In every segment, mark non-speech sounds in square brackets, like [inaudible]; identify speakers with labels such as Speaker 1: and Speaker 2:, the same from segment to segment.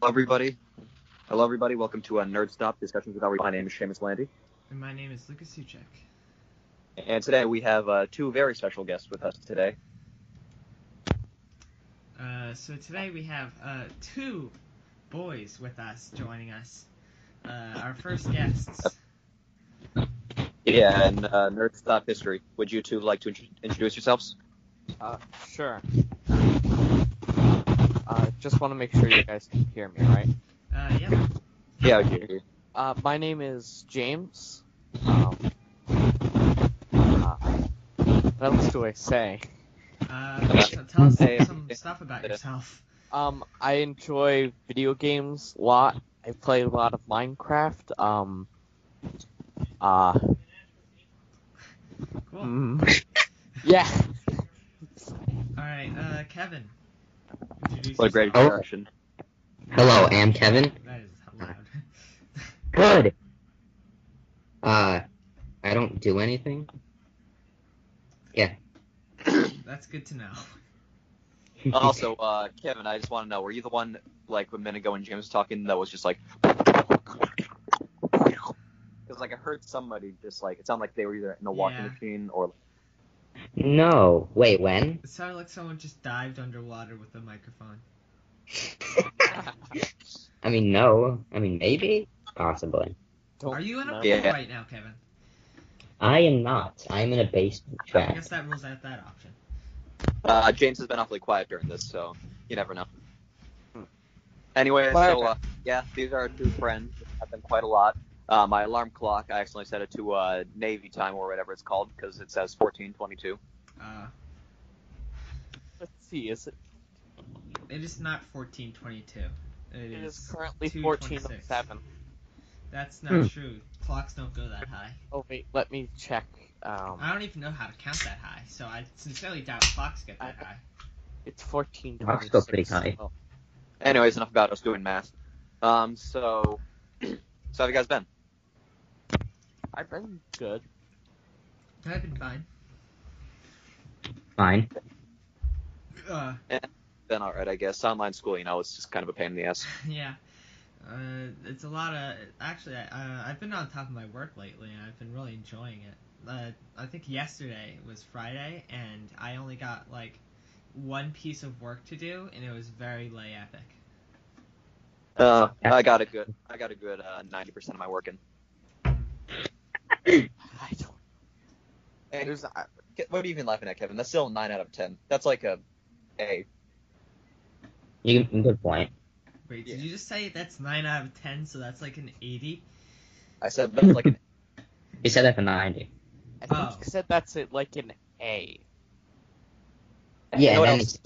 Speaker 1: Hello, everybody. Hello, everybody. Welcome to uh, Nerd Stop Discussions with Our. My name is Seamus Landy,
Speaker 2: And my name is Lucas Suchek.
Speaker 1: and today we have uh, two very special guests with us today.
Speaker 2: Uh, so today we have uh, two boys with us joining us. Uh, our first guests.
Speaker 1: Yeah, and uh, Nerd Stop History. Would you two like to int- introduce yourselves?
Speaker 3: Uh, sure. Uh, just want to make sure you guys can hear me, right?
Speaker 2: Uh, yep.
Speaker 1: Yeah, okay.
Speaker 3: Uh, my name is James. Um, uh, what else do I say?
Speaker 2: Uh, so tell us
Speaker 1: Hey.
Speaker 2: some stuff about yourself.
Speaker 3: Um, I enjoy video games a lot. I play a lot of Minecraft. Um, uh,
Speaker 2: Cool.
Speaker 1: Hmm?
Speaker 3: mm, [laughs] yeah.
Speaker 2: All right, uh, Kevin. Introduce
Speaker 1: What a great
Speaker 2: yourself.
Speaker 1: introduction.
Speaker 4: Hello, I'm Kevin.
Speaker 2: That is loud. [laughs]
Speaker 4: Good. Uh, I don't do anything.
Speaker 2: That's good to know.
Speaker 1: also, uh, Kevin, I just want to know: Were you the one like a minute ago when James was talking that was just like? Because like I heard somebody just like it sounded like they were either in a washing
Speaker 2: Yeah.
Speaker 1: machine or
Speaker 4: [laughs]
Speaker 1: [laughs]
Speaker 4: no. Wait, when? [laughs]
Speaker 2: It sounded like someone just dived underwater with a microphone.
Speaker 4: I mean, no. I mean, maybe, possibly.
Speaker 3: Don't
Speaker 2: Are you in a
Speaker 3: know.
Speaker 2: pool
Speaker 1: Yeah.
Speaker 2: right now, Kevin?
Speaker 4: I am not. I am in a basement
Speaker 2: I
Speaker 4: trap.
Speaker 2: guess that rules out that option.
Speaker 1: Uh, James has been awfully quiet during this, so you never know.
Speaker 3: Hmm.
Speaker 1: Anyway, so
Speaker 3: Whatever.
Speaker 1: uh, yeah, these are our two friends. I've been quite a lot. Uh, my alarm clock, I accidentally set it to uh, Navy time or whatever it's called because it says 1422.
Speaker 2: Uh,
Speaker 3: Let's see. Is it?
Speaker 2: it is not 1422.
Speaker 3: It
Speaker 2: It
Speaker 3: is
Speaker 2: is
Speaker 3: currently
Speaker 2: 2:26.
Speaker 3: 14:07.
Speaker 2: That's not
Speaker 4: Hmm.
Speaker 2: true. Clocks don't go that high.
Speaker 3: Oh wait, let me check. Um,
Speaker 2: I don't even know how to count that high, so I sincerely doubt clocks get that
Speaker 3: I-
Speaker 2: high.
Speaker 3: it's 14.
Speaker 4: Clock's still pretty high.
Speaker 3: Oh,
Speaker 1: Anyways, enough about us doing math. Um, so, [clears throat] so how have you guys been?
Speaker 3: I've been good.
Speaker 2: I've been fine.
Speaker 4: Fine.
Speaker 2: Uh, [laughs]
Speaker 1: Been all right, I guess. Online school, you know, it's just kind of a pain in the ass.
Speaker 2: yeah. Uh, it's a lot of. Actually, I, uh, I've been on top of my work lately, and I've been really enjoying it. Uh, I think yesterday was Friday, and I only got like one piece of work to do, and it was very lay epic.
Speaker 1: Uh, I got a good, I got a good uh, 90% of my work in.
Speaker 3: [laughs] I don't. There's, I,
Speaker 1: uh, What are you even laughing at, Kevin? That's still a nine out of ten. That's like a A.
Speaker 4: You good point.
Speaker 2: Wait, did
Speaker 1: Yeah.
Speaker 2: you just say that's nine out of ten? So that's like an eighty.
Speaker 1: I said that's like an
Speaker 4: You said that for ninety.
Speaker 3: I think
Speaker 2: Oh.
Speaker 3: you said that's it, like an A.
Speaker 4: Yeah,
Speaker 1: know what
Speaker 4: and then
Speaker 1: else?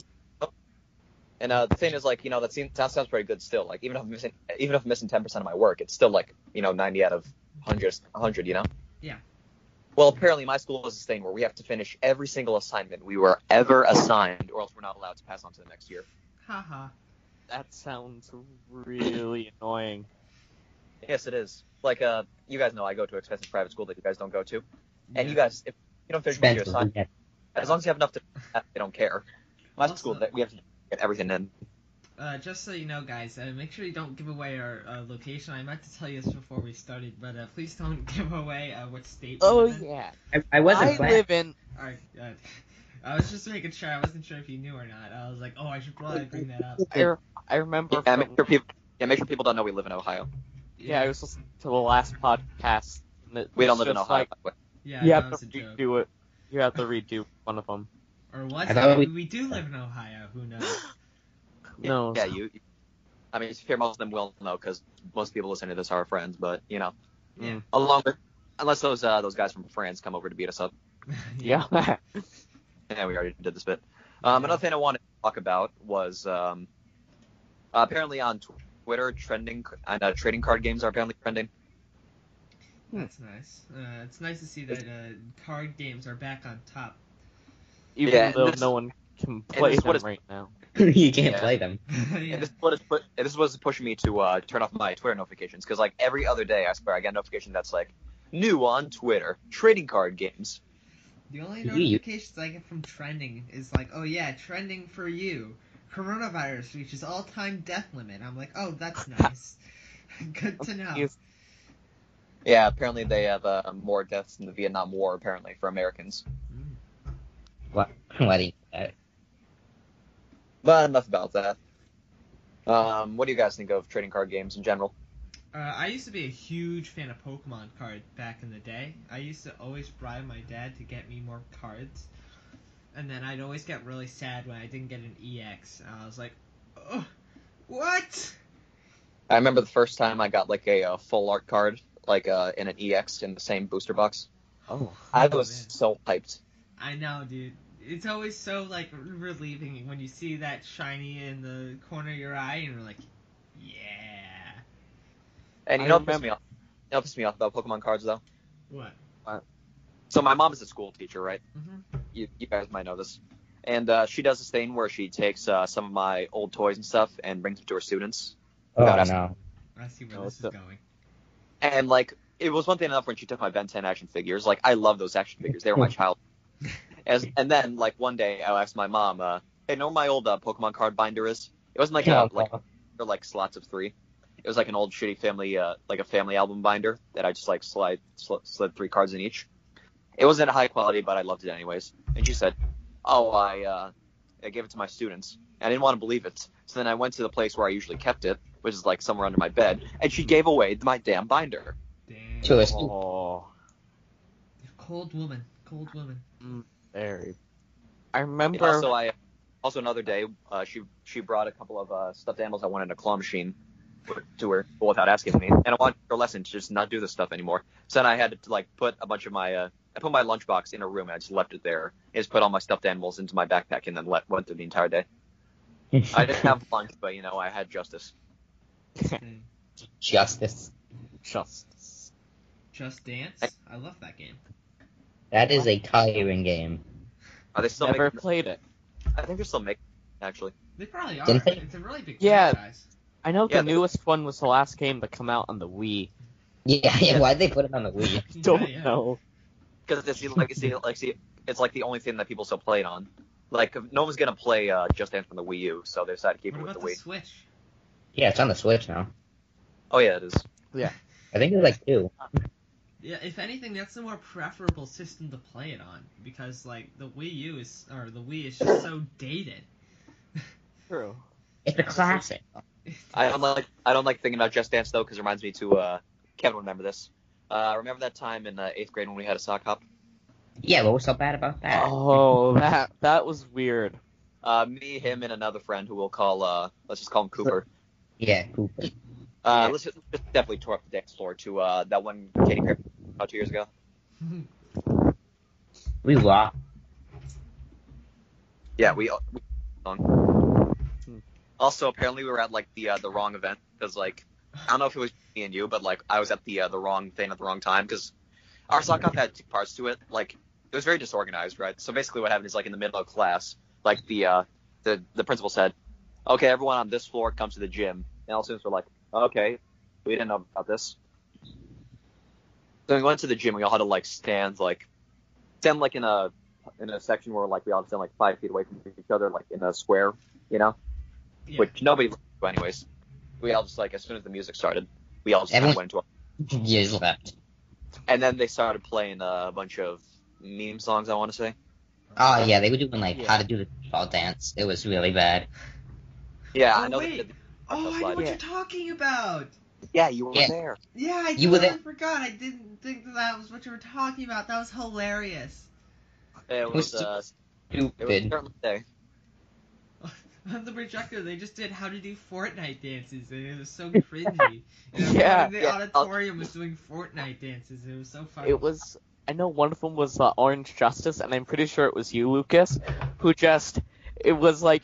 Speaker 1: And uh, the thing is, like, you know, that, seems, that sounds pretty good still. Like, even if I'm missing, even if I'm missing 10% of my work, it's still like, you know, 90 out of 100, 100, you know?
Speaker 2: Yeah.
Speaker 1: Well, apparently my school has this thing where we have to finish every single assignment we were ever assigned, or else we're not allowed to pass on to the next year.
Speaker 2: Haha.
Speaker 3: That sounds really [laughs] annoying.
Speaker 1: Yes, it is. Like, uh, you guys know I go to an expensive private school that you guys don't go to, and you
Speaker 2: Yeah.
Speaker 1: guys, if you don't finish one of your
Speaker 4: Spencer.
Speaker 1: assignment,
Speaker 4: yeah.
Speaker 1: as long as you have enough to, they don't care. My
Speaker 2: Also-
Speaker 1: school that we have to get everything in.
Speaker 2: Uh, just so you know, guys, uh, make sure you don't give away our uh, location. I meant to tell you this before we started, but uh, please don't [laughs] give away uh, what state. we
Speaker 3: Oh
Speaker 2: live in.
Speaker 3: yeah.
Speaker 4: I, I wasn't
Speaker 3: I
Speaker 4: planning.
Speaker 3: live in.
Speaker 2: All right. Uh, [laughs] I was just making sure. I wasn't sure if you knew or not. I was like, oh, I should probably bring that up.
Speaker 3: I, re- I remember.
Speaker 1: Yeah,
Speaker 3: from,
Speaker 1: make sure people, yeah, make sure people don't know we live in Ohio.
Speaker 3: [laughs] yeah, I was listening to the last podcast. and it
Speaker 1: We don't
Speaker 3: was
Speaker 1: live in
Speaker 3: just
Speaker 1: Ohio.
Speaker 3: Like,
Speaker 1: by the way.
Speaker 2: Yeah,
Speaker 3: you
Speaker 2: that
Speaker 3: have
Speaker 2: was a
Speaker 3: to
Speaker 2: joke.
Speaker 3: redo it. You have to redo one
Speaker 2: [laughs]
Speaker 3: of them.
Speaker 2: Or was
Speaker 4: I thought
Speaker 2: it?
Speaker 4: we-
Speaker 2: We do live in Ohio. Who knows? [laughs]
Speaker 3: No.
Speaker 1: Yeah, you. I mean, it's fair. Most of them will know because most people listening to this are friends. But you know,
Speaker 2: Yeah.
Speaker 1: along with unless those uh, those guys from France come over to beat us up.
Speaker 3: Yeah. [laughs]
Speaker 1: Yeah, we already did this bit. Um,
Speaker 2: Yeah.
Speaker 1: Another thing I wanted to talk about was um, apparently on Twitter trending and uh, trading card games are apparently trending.
Speaker 2: That's nice. Uh, it's nice to see that uh, card games are back on top. [laughs]
Speaker 3: Even
Speaker 1: Yeah, and
Speaker 3: though
Speaker 1: this-
Speaker 3: no one can play
Speaker 1: this is
Speaker 3: them
Speaker 1: what it's-
Speaker 3: right now.
Speaker 4: [laughs] you can't
Speaker 1: Yeah.
Speaker 4: play them.
Speaker 2: yeah.
Speaker 1: And this is what is put, and this was pushing me to uh, turn off my Twitter notifications because like every other day I swear I get a notification that's like new on Twitter trading card games.
Speaker 2: The only
Speaker 4: You-
Speaker 2: notifications I get from trending is like, oh yeah, trending for you. coronavirus reaches all time death limit. I'm like, oh, that's nice. [laughs] Good to know.
Speaker 3: Yes.
Speaker 1: Yeah, apparently they have uh, more deaths in the Vietnam War, apparently, for Americans.
Speaker 2: Mm.
Speaker 4: What? [laughs] What? do you- uh,
Speaker 1: But enough about that. Um, what do you guys think of trading card games in general?
Speaker 2: Uh, I used to be a huge fan of Pokemon cards back in the day. I used to always bribe my dad to get me more cards, and then I'd always get really sad when I didn't get an EX. And I was like, oh, what?
Speaker 1: I remember the first time I got like a, uh full art card, like uh, in an EX in the same booster box.
Speaker 3: Oh.
Speaker 1: I
Speaker 2: Oh,
Speaker 1: was
Speaker 2: man.
Speaker 1: so hyped.
Speaker 2: I know, dude. It's always so like relieving when you see that shiny in the corner of your eye, and you're like, yeah.
Speaker 1: And you
Speaker 3: I
Speaker 1: know what pissed
Speaker 3: remember-
Speaker 1: me off? You know what pissed me off about Pokemon cards though?
Speaker 2: What?
Speaker 1: So my mom is a school teacher, right?
Speaker 2: hmm
Speaker 3: Mm-hmm.
Speaker 1: you, you guys might know this. And uh, she does this thing where she takes uh, some of my old toys and stuff and brings them to her students.
Speaker 4: oh
Speaker 1: Got it.
Speaker 4: no.
Speaker 2: I see where
Speaker 3: Oh,
Speaker 2: this is
Speaker 3: so-
Speaker 2: going.
Speaker 1: And like, it was one thing enough when she took my Ben 10 action figures. Like, I love those action figures. They were my child. As, and then like one day I asked my mom, uh, "Hey, know where my old uh, Pokemon card binder is? It wasn't like uh,
Speaker 4: No,
Speaker 1: a, like
Speaker 4: no.
Speaker 1: or like slots of three. It was like an old shitty family, uh, like a family album binder that I just like slide sl- slid three cards in each. It wasn't high quality, but I loved it anyways. And she said, "Oh, I uh, I gave it to my students. I didn't want to believe it. So then I went to the place where I usually kept it, which is like somewhere under my bed, and she gave away my damn binder.
Speaker 2: Damn.
Speaker 4: To a student.
Speaker 3: Oh.
Speaker 2: Cold woman. Cold woman.
Speaker 3: Very. I
Speaker 1: And
Speaker 3: remember.
Speaker 1: also, I also another day, uh, she she brought a couple of uh, stuffed animals I wanted in a claw machine to her without asking me, and I wanted her lesson to just not do this stuff anymore. So then I had to like put a bunch of my uh, I put my lunchbox in a room and I just left it there. I just put all my stuffed animals into my backpack and then let, went through the entire day.
Speaker 4: [laughs]
Speaker 1: I didn't have lunch, but you know I had justice.
Speaker 2: Dang.
Speaker 4: Justice.
Speaker 3: Justice.
Speaker 2: Just Dance. I love that game.
Speaker 4: That is a Kyuin game.
Speaker 1: Are they still
Speaker 3: Never
Speaker 1: making?
Speaker 3: played it.
Speaker 1: I think they're still making actually.
Speaker 2: They probably are.
Speaker 4: Didn't they?
Speaker 2: It's a really big
Speaker 3: Yeah.
Speaker 2: franchise.
Speaker 3: I know
Speaker 1: Yeah,
Speaker 3: the
Speaker 1: they-
Speaker 3: newest one was the last game to come out on the Wii.
Speaker 4: Yeah, [laughs] yeah. Why'd they put it on the Wii?
Speaker 2: Yeah,
Speaker 3: Don't
Speaker 2: yeah.
Speaker 3: know.
Speaker 1: because it's the- like it's the- like see it's like the only thing that people still play it on. Like no one's gonna play uh, Just Dance from the Wii U, so they decided to keep
Speaker 2: What
Speaker 1: it with
Speaker 2: about
Speaker 1: the
Speaker 2: the,
Speaker 1: Wii.
Speaker 2: Switch?
Speaker 4: Yeah, it's on the Switch now.
Speaker 1: Oh yeah, it is.
Speaker 4: I think it's like two.
Speaker 2: Yeah, if anything, that's the more preferable system to play it on because like the Wii U is or the Wii is just so dated.
Speaker 3: True.
Speaker 4: It's a classic.
Speaker 2: [laughs]
Speaker 1: I don't like I don't like thinking about Just Dance though, because it reminds me to uh, Kevin. will Remember this? Uh, remember that time in uh, eighth grade when we had a sock hop?
Speaker 4: Yeah, what was so bad about that?
Speaker 3: Oh, that that was weird.
Speaker 1: Uh, me, him, and another friend who we'll call uh, let's just call him Cooper.
Speaker 4: Yeah, Cooper.
Speaker 1: Uh, let's just, just definitely tore up the dance floor to uh, that one Katy Perry about two years ago.
Speaker 4: We lost.
Speaker 1: Yeah, we. we
Speaker 3: Hmm.
Speaker 1: also, apparently, we were at like the uh, the wrong event because like I don't know if it was me and you, but like I was at the uh, the wrong thing at the wrong time because our sock hop had two parts to it. Like it was very disorganized, right? So basically, what happened is like in the middle of class, like the uh, the the principal said, "Okay, everyone on this floor comes to the gym," and all the students were like, "Okay, we didn't know about this." So we went to the gym. We all had to like stand like stand like in a in a section where like we all stand like five feet away from each other, like in a square, you know,
Speaker 2: Yeah.
Speaker 1: which nobody listened to anyways. We all just like as soon as the music started, we all just kind of
Speaker 4: Everyone-
Speaker 1: went into a,
Speaker 4: Years left.
Speaker 1: and then they started playing uh, a bunch of meme songs. I want to say,
Speaker 4: Oh yeah, they were doing like
Speaker 3: Yeah.
Speaker 4: how to do the ball dance. It was really bad.
Speaker 1: yeah,
Speaker 2: Oh,
Speaker 1: I know. they
Speaker 2: wait.
Speaker 1: did-
Speaker 2: Oh, I know what you're talking about.
Speaker 1: yeah, you were
Speaker 4: Yeah.
Speaker 1: there.
Speaker 2: Yeah, I
Speaker 4: You were
Speaker 2: totally
Speaker 4: there.
Speaker 2: forgot. I didn't think that, that was what you were talking about. That was hilarious. [laughs]
Speaker 1: It was uh, it was
Speaker 4: Stupid.
Speaker 1: certainly there.
Speaker 2: On the projector, they just did how to do Fortnite dances, and it was
Speaker 3: [laughs]
Speaker 2: so cringy. And everyone
Speaker 3: Yeah,
Speaker 2: in the
Speaker 1: yeah.
Speaker 2: auditorium was doing Fortnite dances, and it was so funny.
Speaker 3: It was. I know one of them was uh, Orange Justice, and I'm pretty sure it was you, Lucas, who just. It was like,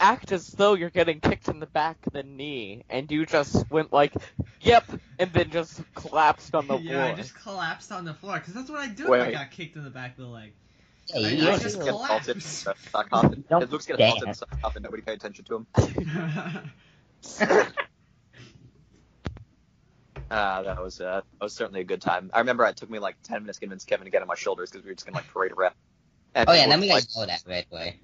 Speaker 3: act as though you're getting kicked in the back of the knee, and you just went like, yep, and then just collapsed on the
Speaker 2: [laughs] yeah,
Speaker 3: floor.
Speaker 2: I just collapsed on the floor because that's what I do if I
Speaker 1: Wait.
Speaker 2: got kicked in the back of the
Speaker 3: [laughs]
Speaker 2: leg. [laughs]
Speaker 4: Yeah,
Speaker 2: I-
Speaker 4: you
Speaker 2: I
Speaker 4: don't
Speaker 2: just
Speaker 4: do
Speaker 1: get assaulted. in the
Speaker 2: collapsed.
Speaker 1: sock hop. and-
Speaker 4: Don't
Speaker 1: Luke's getting
Speaker 4: dare.
Speaker 1: assaulted in the sock hop, and nobody paid attention to him. [laughs] Uh, that was uh, that was certainly a good time. I remember it took me like ten minutes to convince Kevin to get on my shoulders because we were just gonna like parade around.
Speaker 4: Oh yeah, and then we
Speaker 1: like,
Speaker 4: got yelled at right away.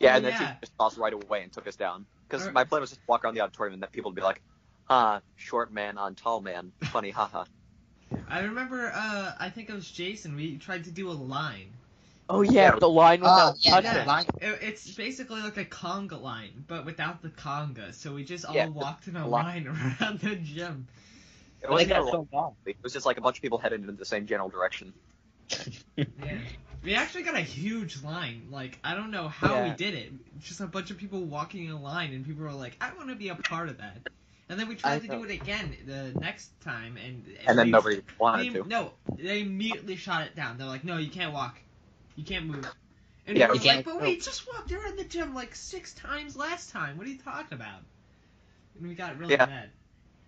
Speaker 1: Yeah,
Speaker 2: Oh,
Speaker 1: and then
Speaker 2: yeah.
Speaker 1: she just tossed right away and took us down. Because
Speaker 2: Or-
Speaker 1: my plan was just to walk around the auditorium and that people would be like, ah, short man on tall man. Funny, haha.
Speaker 2: I remember. Uh, I think it was Jason. We tried to do a line.
Speaker 3: Oh yeah, the line without
Speaker 5: Oh, yeah,
Speaker 3: touching.
Speaker 5: yeah. Line,
Speaker 2: It, it's basically like a conga line, but without the conga. So we just all
Speaker 1: Yeah,
Speaker 2: walked in a
Speaker 1: a
Speaker 2: line [laughs] around the gym.
Speaker 1: It
Speaker 4: They
Speaker 1: wasn't
Speaker 4: got
Speaker 1: even a
Speaker 4: so long.
Speaker 1: It was just like a bunch of people headed in the same general direction.
Speaker 2: Yeah. We actually got a huge line. Like I don't know how we
Speaker 3: Yeah.
Speaker 2: did it. Just a bunch of people walking in a line, and people were like, "I want to be a part of that." And then we tried
Speaker 3: I
Speaker 2: to
Speaker 3: know.
Speaker 2: do it again the next time, and
Speaker 1: And then
Speaker 2: we-
Speaker 1: nobody wanted
Speaker 2: they,
Speaker 1: to.
Speaker 2: No, they immediately shot it down. They're like, "No, you can't walk, you can't move." And
Speaker 1: Yeah, you
Speaker 2: we were like,
Speaker 5: can't
Speaker 2: "But we just walked around the gym like six times last time. What are you talking about?" And we got really
Speaker 1: Yeah. [laughs]
Speaker 2: mad.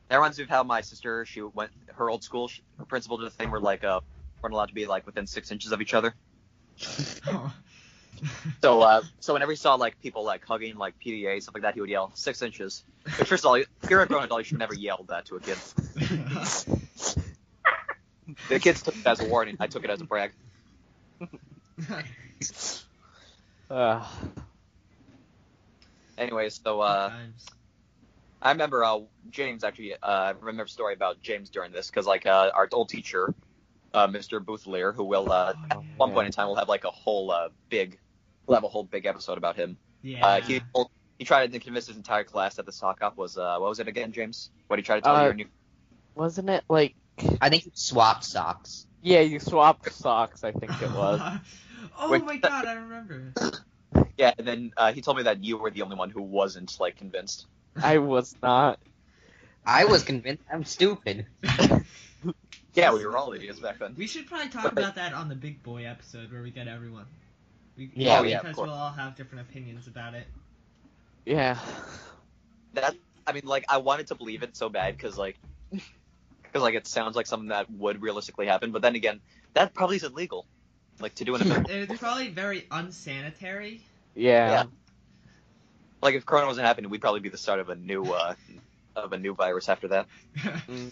Speaker 1: That reminds me of how my sister, she went, her old school, she, her principal did a thing where like, uh, weren't allowed to be like within six inches of each other.
Speaker 2: Oh.
Speaker 1: So, uh, so whenever he saw like people like hugging like PDA stuff like that, he would yell six inches. Which first of all, if you're a grown adult, you should never yell that to a kid. The
Speaker 2: [laughs]
Speaker 1: kids took it as a warning. I took it as a brag.
Speaker 3: Ugh.
Speaker 1: Anyway, so uh,
Speaker 2: Oh,
Speaker 1: I remember uh, James actually. Uh, I remember a story about James during this because like uh, our old teacher, uh, Mr. Boothlier, who will uh,
Speaker 2: Oh,
Speaker 1: at
Speaker 2: yeah.
Speaker 1: one point in time will have like a whole uh, big, we'll have a whole big episode about him.
Speaker 2: yeah.
Speaker 1: Uh, he told- he tried to convince his entire class that the sock up was uh, what was it again, James? What he tried to tell
Speaker 3: Uh,
Speaker 1: you? And you
Speaker 3: Wasn't it like
Speaker 5: I think swap socks.
Speaker 3: yeah, you swapped socks, I think it was.
Speaker 2: [laughs] oh
Speaker 1: Wait.
Speaker 2: my god, I remember.
Speaker 1: yeah, and then uh, he told me that you were the only one who wasn't like convinced.
Speaker 3: I was not.
Speaker 5: I was convinced I'm stupid.
Speaker 1: Yeah, we were all idiots back then.
Speaker 2: we should probably talk about that on the big boy episode where we get everyone. We,
Speaker 5: Yeah,
Speaker 1: yeah, of
Speaker 2: because
Speaker 1: course.
Speaker 2: we'll all have different opinions about it.
Speaker 3: Yeah.
Speaker 1: That I mean, like I wanted to believe it so bad because like, [laughs] because like it sounds like something that would realistically happen. But then again, that probably isn't legal, like to do in [laughs] a
Speaker 2: It's probably very unsanitary.
Speaker 3: Yeah.
Speaker 1: like if Corona wasn't happening, we'd probably be the start of a new uh, of a new virus after that.
Speaker 3: Mm.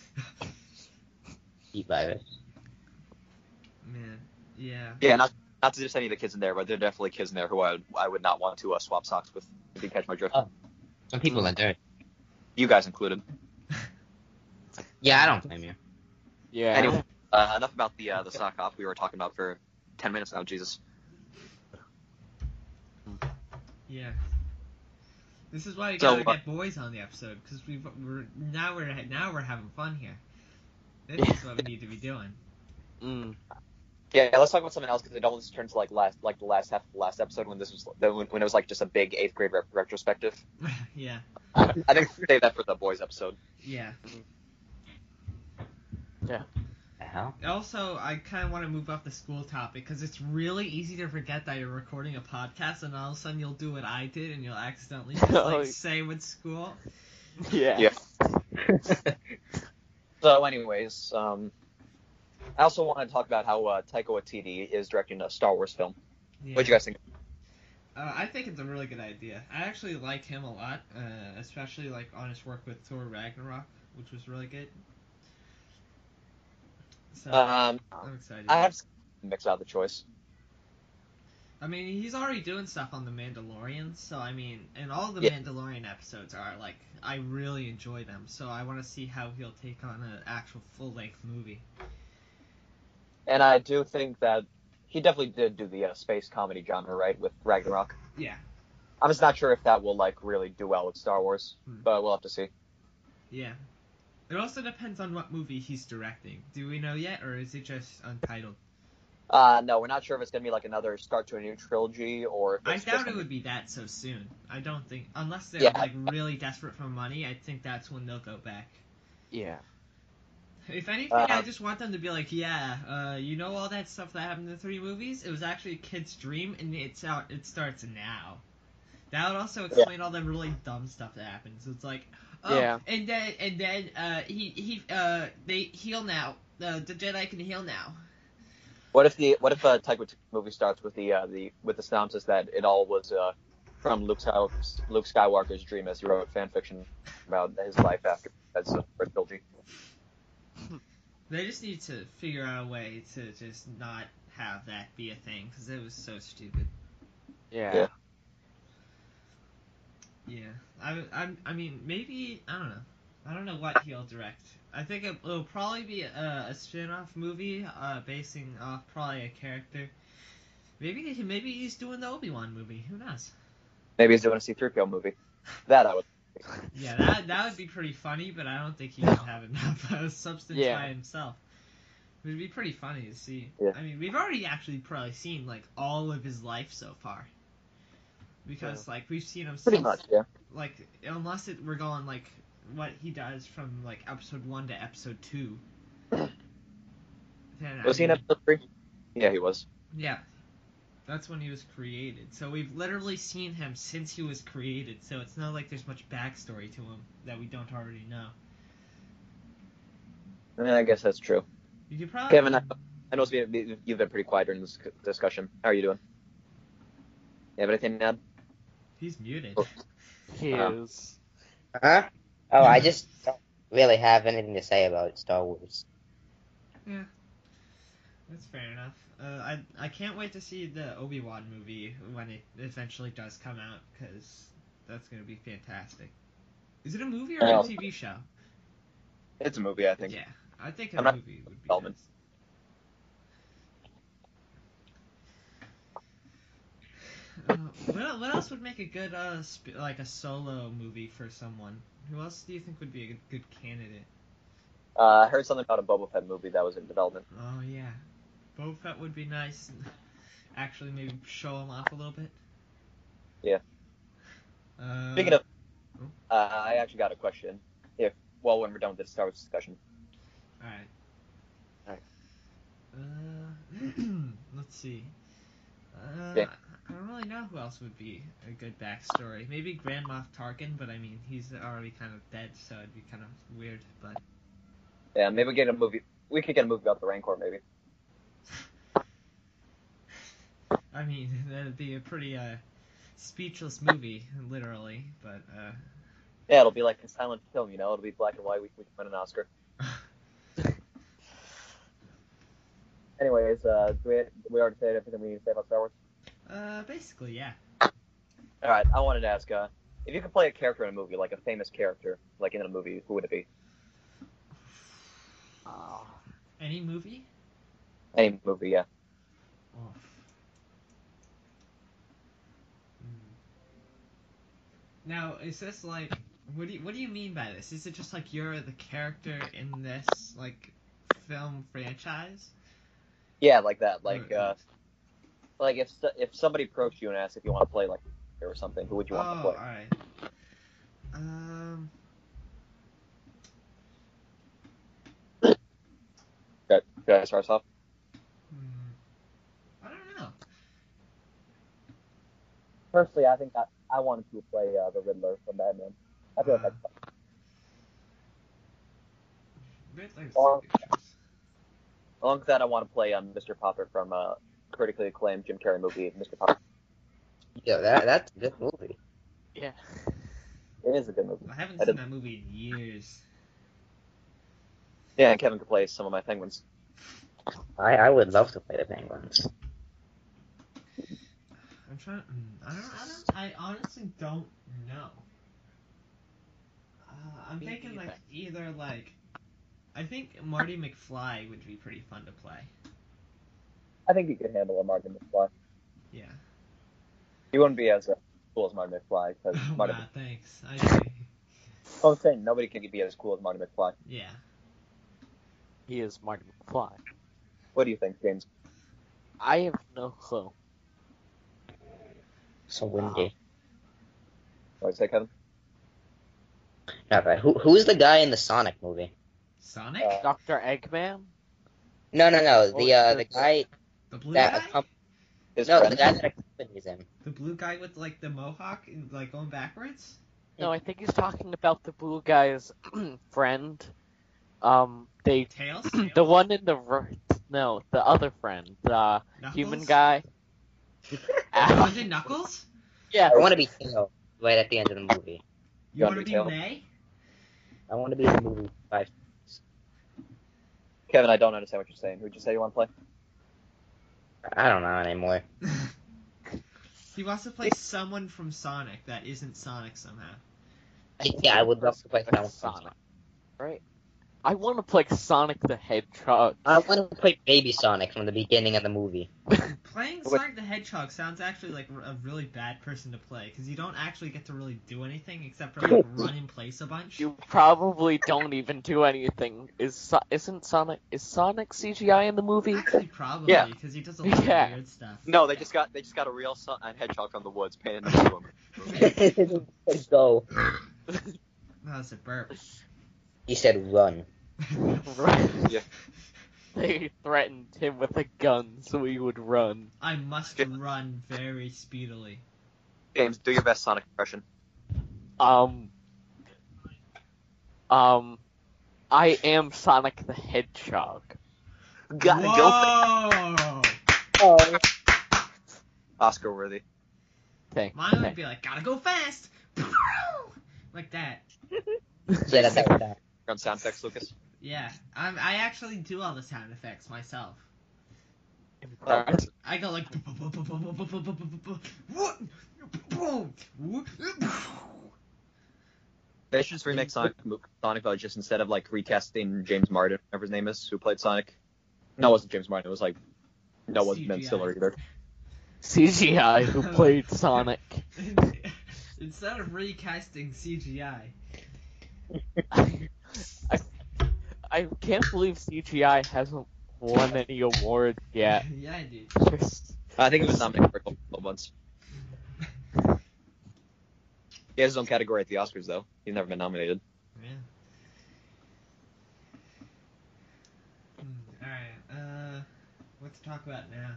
Speaker 5: Eat virus.
Speaker 2: [laughs] Man, yeah.
Speaker 1: Yeah, not not to just any of the kids in there, but there are definitely kids in there who I would, I would not want to uh, swap socks with. If you catch my drift,
Speaker 5: Oh. Some people are dirty.
Speaker 1: you guys included.
Speaker 5: Yeah, I don't blame you.
Speaker 3: Yeah.
Speaker 1: Anyway, uh, enough about the uh, the sock hop we were talking about for ten minutes now. Jesus,
Speaker 2: Yeah. This is why you
Speaker 1: So,
Speaker 2: gotta
Speaker 1: uh,
Speaker 2: get boys on the episode because we we're now we're now we're having fun here. This is what we need to be doing. [laughs]
Speaker 3: Mm.
Speaker 1: yeah, let's talk about something else because it almost turns like last like the last half of the last episode when this was when, when it was like just a big eighth grade re-
Speaker 2: [laughs]
Speaker 1: retrospective.
Speaker 2: yeah,
Speaker 1: I think we should save that for the boys episode.
Speaker 2: yeah.
Speaker 5: The hell?
Speaker 4: [laughs]
Speaker 2: Also, I kind of want to move off the school topic because it's really easy to forget that you're recording a podcast, and all of a sudden you'll do what I did, and you'll accidentally just
Speaker 3: Oh.
Speaker 2: like say what school.
Speaker 3: Yeah.
Speaker 1: Yeah. So, anyways, um, I also want to talk about how uh, Taika Waititi is directing a Star Wars film.
Speaker 2: Yeah.
Speaker 1: What do you guys think?
Speaker 2: Uh, I think it's a really good idea. I actually like him a lot, uh, especially like on his work with Thor Ragnarok, which was really good. So
Speaker 1: Um,
Speaker 2: I'm excited.
Speaker 1: I
Speaker 2: I,
Speaker 1: have s- mixed out the choice.
Speaker 2: mean, he's already doing stuff on The Mandalorian, so I mean, and all the
Speaker 1: Yeah.
Speaker 2: Mandalorian episodes are like I really enjoy them. So I want to see how he'll take on an actual full length movie.
Speaker 1: And I do think that he definitely did do the uh, space comedy genre, right, with Ragnarok.
Speaker 2: Yeah.
Speaker 1: I'm just not sure if that will like really do well with Star Wars,
Speaker 2: Hmm.
Speaker 1: but we'll have to see.
Speaker 2: Yeah. It also depends on what movie he's directing. Do we know yet, or is it just untitled?
Speaker 1: Uh, no, we're not sure if it's gonna be like another start to a new trilogy or. If
Speaker 2: I
Speaker 1: it's just
Speaker 2: doubt it
Speaker 1: gonna
Speaker 2: would be that so soon. I don't think, unless they're
Speaker 1: Yeah.
Speaker 2: like really desperate for money, I think that's when they'll go back.
Speaker 3: Yeah.
Speaker 2: If anything,
Speaker 1: Uh,
Speaker 2: I just want them to be like, yeah, uh, you know all that stuff that happened in the three movies. It was actually a kid's dream, and it's out. It starts now. That would also explain all the really dumb stuff that happens. It's like, oh,
Speaker 3: Yeah.
Speaker 2: and then and then uh, he he uh, they heal now. Uh, the Jedi can heal now.
Speaker 1: What if the what if uh, Taika Waititi movie starts with the uh, the with the synopsis that it all was uh, from Luke, Sky- Luke Skywalker's dream as he wrote fan fiction about his life after that's the first trilogy.
Speaker 2: They just need to figure out a way to just not have that be a thing because it was so stupid.
Speaker 3: Yeah.
Speaker 1: Yeah.
Speaker 2: Yeah, I, I, I mean, maybe I don't know. I don't know what he'll direct. I think it, will probably be a, a spin-off movie, uh, basing off probably a character. Maybe he- maybe he's doing the Obi Wan movie. Who knows?
Speaker 1: Maybe he's doing a C-3PO movie. That I would.
Speaker 2: Yeah, that that would be pretty funny, but I don't think he would have enough uh, substance
Speaker 3: Yeah.
Speaker 2: by himself. It would be pretty funny to see.
Speaker 1: Yeah.
Speaker 2: I mean, we've already actually probably seen like all of his life so far, because like we've seen him
Speaker 1: Pretty
Speaker 2: since
Speaker 1: much, yeah.
Speaker 2: like unless it, we're going like what he does from like episode one to episode two. Then, I
Speaker 1: Was he in
Speaker 2: mean,
Speaker 1: episode three? Yeah, he was.
Speaker 2: Yeah, that's when he was created. So we've literally seen him since he was created. So it's not like there's much backstory to him that we don't already know.
Speaker 1: I mean, I guess that's true.
Speaker 2: You could probably
Speaker 1: Kevin, I, I know it's been- you've been pretty quiet during this discussion. How are you doing? You have anything to add?
Speaker 2: He's muted.
Speaker 1: Oh.
Speaker 3: He
Speaker 1: Uh-huh.
Speaker 3: is.
Speaker 5: Huh?
Speaker 4: Oh, I just don't really have anything to say about Star Wars.
Speaker 2: That's fair enough. Uh, I I can't wait to see the Obi Wan movie when it eventually does come out because that's gonna be fantastic. Is it a movie or a
Speaker 1: Yeah.
Speaker 2: TV show?
Speaker 1: It's a movie, I think.
Speaker 2: Yeah, I think a
Speaker 1: I'm not-
Speaker 2: movie would be
Speaker 1: Feldman.
Speaker 2: nice. Uh, what, el- what else would make a good uh sp- like a solo movie for someone? Who else do you think would be a good, good candidate?
Speaker 1: Uh, I heard something about a Boba Fett movie that was in development.
Speaker 2: Oh yeah, Boba Fett would be nice. [laughs] Actually, maybe show him off a little bit.
Speaker 1: Yeah.
Speaker 2: Uh,
Speaker 1: Speaking of, uh, I actually got a question. If well, when we're done with this Star Wars discussion,
Speaker 2: All right.
Speaker 1: Alright.
Speaker 2: Uh, [clears throat] let's see. Uh,
Speaker 1: Yeah.
Speaker 2: I don't really know who else would be a good backstory. Maybe Grand Moff Tarkin, but I mean he's already kind of dead, so it'd be kind of weird. But
Speaker 1: yeah, maybe we get a movie. We could get a movie about the Rancor, maybe.
Speaker 2: I mean [laughs] that'd be a pretty uh, speechless movie, literally. But uh,
Speaker 1: Yeah, it'll be like a silent film, you know. It'll be black and white. We, we can win an Oscar. Anyways, uh, do we, we already said everything we need to say about Star Wars.
Speaker 2: uh, basically, yeah.
Speaker 1: All right, I wanted to ask, uh, if you could play a character in a movie, like a famous character, like in a movie, who would it be?
Speaker 2: Any movie?
Speaker 1: Any movie, yeah.
Speaker 2: Oh. Mm. Now, is this like what do you, what do you mean by this? Is it just like you're the character in this like film franchise?
Speaker 1: Yeah, like that. Like,
Speaker 2: Or-
Speaker 1: uh, like if so- if somebody approached you and asked if you want to play like or something, who would you
Speaker 2: oh,
Speaker 1: want to
Speaker 2: all
Speaker 1: play?
Speaker 2: right. Um.
Speaker 1: Should I- should I start us off?
Speaker 2: hmm. I don't know.
Speaker 1: Personally, I think I, I wanted to play uh, the Riddler from Batman. I feel like
Speaker 2: Uh,
Speaker 1: that's
Speaker 2: Riddler's
Speaker 1: Or-
Speaker 2: a good choice.
Speaker 1: Along with that, I want to play um, Mr. Popper from uh, critically acclaimed Jim Carrey movie, Mr. Popper.
Speaker 4: Yeah, that, that's a good movie.
Speaker 3: Yeah.
Speaker 1: It is a good movie.
Speaker 2: I haven't
Speaker 1: I
Speaker 2: seen
Speaker 1: don't-
Speaker 2: that movie in years.
Speaker 1: Yeah, and Kevin could play some of my penguins.
Speaker 4: I, I would love to play the Penguins.
Speaker 2: I'm trying. mm, I don't. I don't. I honestly don't know. Uh, I'm
Speaker 3: Me
Speaker 2: thinking like
Speaker 3: either.
Speaker 2: either like. I think Marty McFly would be pretty fun to play.
Speaker 1: I think he could handle a Martin McFly. [laughs]
Speaker 2: Yeah.
Speaker 1: He wouldn't be as uh, cool as Martin McFly because
Speaker 2: Oh,
Speaker 1: Martin.
Speaker 2: wow, thanks. I see.
Speaker 1: I'm saying nobody can be as cool as Martin McFly.
Speaker 2: Yeah.
Speaker 3: He is Martin McFly.
Speaker 1: What do you think, James?
Speaker 3: I have no clue.
Speaker 4: So windy.
Speaker 1: What do you say, Kevin?
Speaker 4: Not bad. Who, who's the guy in the Sonic movie?
Speaker 2: Sonic,
Speaker 1: Uh,
Speaker 3: Dr. Eggman?
Speaker 4: No, no, no. The
Speaker 3: Oh,
Speaker 4: uh,
Speaker 3: the-
Speaker 4: the guy
Speaker 2: the blue
Speaker 4: that
Speaker 2: guy,
Speaker 1: um,
Speaker 4: accom-
Speaker 1: His
Speaker 4: no,
Speaker 1: friend?
Speaker 4: the guy
Speaker 1: [laughs]
Speaker 4: that accompanies him.
Speaker 2: the blue guy with like the mohawk, and, like going backwards.
Speaker 3: No, I think he's talking about the blue guy's [clears throat] friend. Um, they [clears throat]
Speaker 2: Tails,
Speaker 3: the one in the r- no, the other friend, the
Speaker 2: Knuckles?
Speaker 3: human guy.
Speaker 2: Oh,
Speaker 3: Ow.
Speaker 2: is
Speaker 1: [laughs]
Speaker 2: it Knuckles?
Speaker 3: yeah,
Speaker 4: I want to be Tail right at the end of the movie.
Speaker 2: You want
Speaker 1: Gotta be
Speaker 2: to be
Speaker 1: Tails.
Speaker 2: May? [laughs]
Speaker 4: I want to be in the movie five.
Speaker 1: Kevin, I don't understand what you're saying. Who'd you say you want to play?
Speaker 4: I don't know anymore.
Speaker 2: He wants to play someone from Sonic that isn't Sonic somehow.
Speaker 5: Yeah, I would love to play
Speaker 3: Like
Speaker 5: Final
Speaker 3: Sonic. Right? I want to play Sonic the Hedgehog. [laughs]
Speaker 5: I want to play Baby Sonic from the beginning of
Speaker 4: [laughs]
Speaker 5: the movie.
Speaker 2: Playing
Speaker 1: What-
Speaker 2: Sonic the Hedgehog sounds actually like a really bad person to play because you don't actually get to really do anything except
Speaker 1: [laughs]
Speaker 2: for like run in place a bunch.
Speaker 3: You probably don't even do anything. Is So- isn't Sonic is Sonic CGI in
Speaker 2: [laughs]
Speaker 3: the movie?
Speaker 2: Actually,
Speaker 1: [laughs]
Speaker 2: probably
Speaker 1: Yeah.
Speaker 2: because he does a lot
Speaker 3: Yeah.
Speaker 2: of weird stuff.
Speaker 1: No, they just got they just got a real son- a hedgehog from the woods painted into a woman. [laughs]
Speaker 5: Let's go.
Speaker 2: That was a burp.
Speaker 1: [laughs]
Speaker 5: He said run.
Speaker 1: Yeah.
Speaker 3: [laughs] they threatened him with a gun, so he would run.
Speaker 2: [laughs] I must
Speaker 1: Yeah.
Speaker 2: run very speedily.
Speaker 1: James, do your best Sonic impression.
Speaker 3: Um. Um. I am Sonic the Hedgehog.
Speaker 1: Gotta go,
Speaker 2: Whoa!
Speaker 5: Oh.
Speaker 1: Oscar worthy.
Speaker 3: Thank.
Speaker 2: Mine would
Speaker 3: thank-
Speaker 2: be like, gotta go fast! [laughs] like that.
Speaker 5: Yeah, that's how it sounds.
Speaker 1: You're on sound effects, Lucas.
Speaker 2: Yeah. I'm, I actually do all the sound effects myself.
Speaker 3: impressed.
Speaker 2: I go like, [laughs] what? [laughs]
Speaker 1: They should just remake Sonic Sonic Villages instead of like recasting James Martin, whatever his name is, who played Sonic. No, it wasn't James Martin. It was like no, it wasn't Ben
Speaker 2: CGI.
Speaker 1: Stiller either.
Speaker 3: CGI who played Sonic. [laughs]
Speaker 2: [laughs] Instead of recasting CGI,
Speaker 3: I, I can't believe CGI hasn't won any awards yet.
Speaker 2: [laughs]
Speaker 3: [laughs]
Speaker 2: yeah, dude.
Speaker 1: I think it was nominated for a couple of once. He has his own category at the Oscars though. He's never been nominated.
Speaker 2: Yeah. All right. Hmm, Uh, what to talk about now?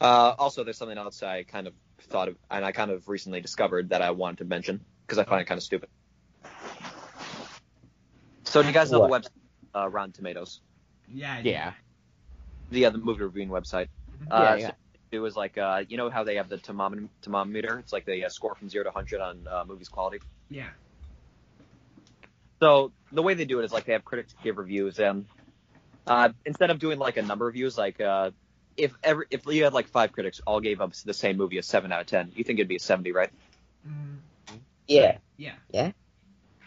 Speaker 1: Uh, also, there's something else I kind of thought of, and I kind of recently discovered that I wanted to mention because I find it kind of stupid. So, do you guys know
Speaker 5: What?
Speaker 1: the website uh, Rotten Tomatoes?
Speaker 2: Yeah. dude.
Speaker 3: Yeah.
Speaker 1: The other movie reviewing website.
Speaker 3: Yeah,
Speaker 1: Uh,
Speaker 3: Mm-hmm. yeah.
Speaker 1: So it was like, uh, you know how they have the thermom- thermometer? It's like the uh, score from zero to hundred on uh, movies quality.
Speaker 2: Yeah.
Speaker 1: So the way they do it is like they have critics give reviews, and uh, instead of doing like a number of views, like uh, if every if you had like five critics all gave up the same movie a seven out of ten, you think it'd be a seventy, right?
Speaker 2: Mm,
Speaker 5: Yeah.
Speaker 2: yeah.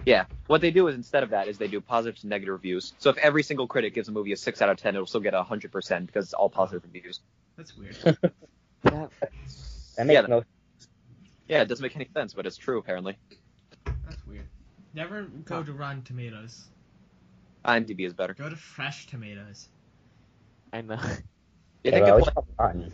Speaker 1: Yeah. What they do is instead of that is they do positive to negative reviews. So if every single critic gives a movie a six out of ten, it'll still get a hundred percent because it's all positive reviews.
Speaker 2: That's weird.
Speaker 5: That makes
Speaker 1: Yeah.
Speaker 5: no
Speaker 1: Yeah, it doesn't make any sense, but it's true apparently.
Speaker 2: That's weird. Never go to Rotten Tomatoes.
Speaker 1: IMDb is better.
Speaker 2: Go to Fresh Tomatoes.
Speaker 3: I know. [laughs]
Speaker 1: You
Speaker 5: Yeah,
Speaker 1: think
Speaker 5: well,
Speaker 1: if,
Speaker 5: it's not fun.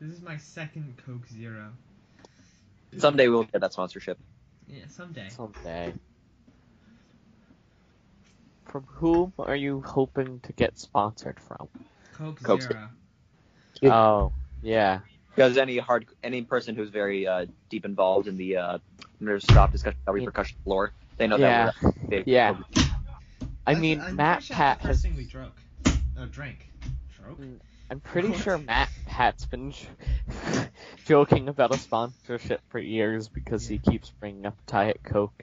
Speaker 2: This is my second Coke Zero.
Speaker 1: someday we'll get that sponsorship?
Speaker 2: Yeah, someday.
Speaker 3: Someday. From whom are you hoping to get sponsored from?
Speaker 2: Coke,
Speaker 1: Coke
Speaker 2: Zero.
Speaker 5: Yeah.
Speaker 3: Oh, yeah.
Speaker 1: Because any hard any person who's very uh, deep involved in the uh, nerve stop discussion about repercussion lore, they know
Speaker 3: Yeah.
Speaker 1: that. We're, they,
Speaker 3: Yeah.
Speaker 1: probably-
Speaker 3: I
Speaker 2: That's-
Speaker 3: mean,
Speaker 2: I'm
Speaker 3: Matt
Speaker 2: pretty sure that's
Speaker 3: Pat
Speaker 2: the
Speaker 3: has.
Speaker 2: first thing we drunk. Oh, drink. Droke?
Speaker 3: I'm pretty
Speaker 2: What?
Speaker 3: sure Matt Pat's been j- [laughs] joking about a sponsorship for years because he keeps bringing up Diet Coke.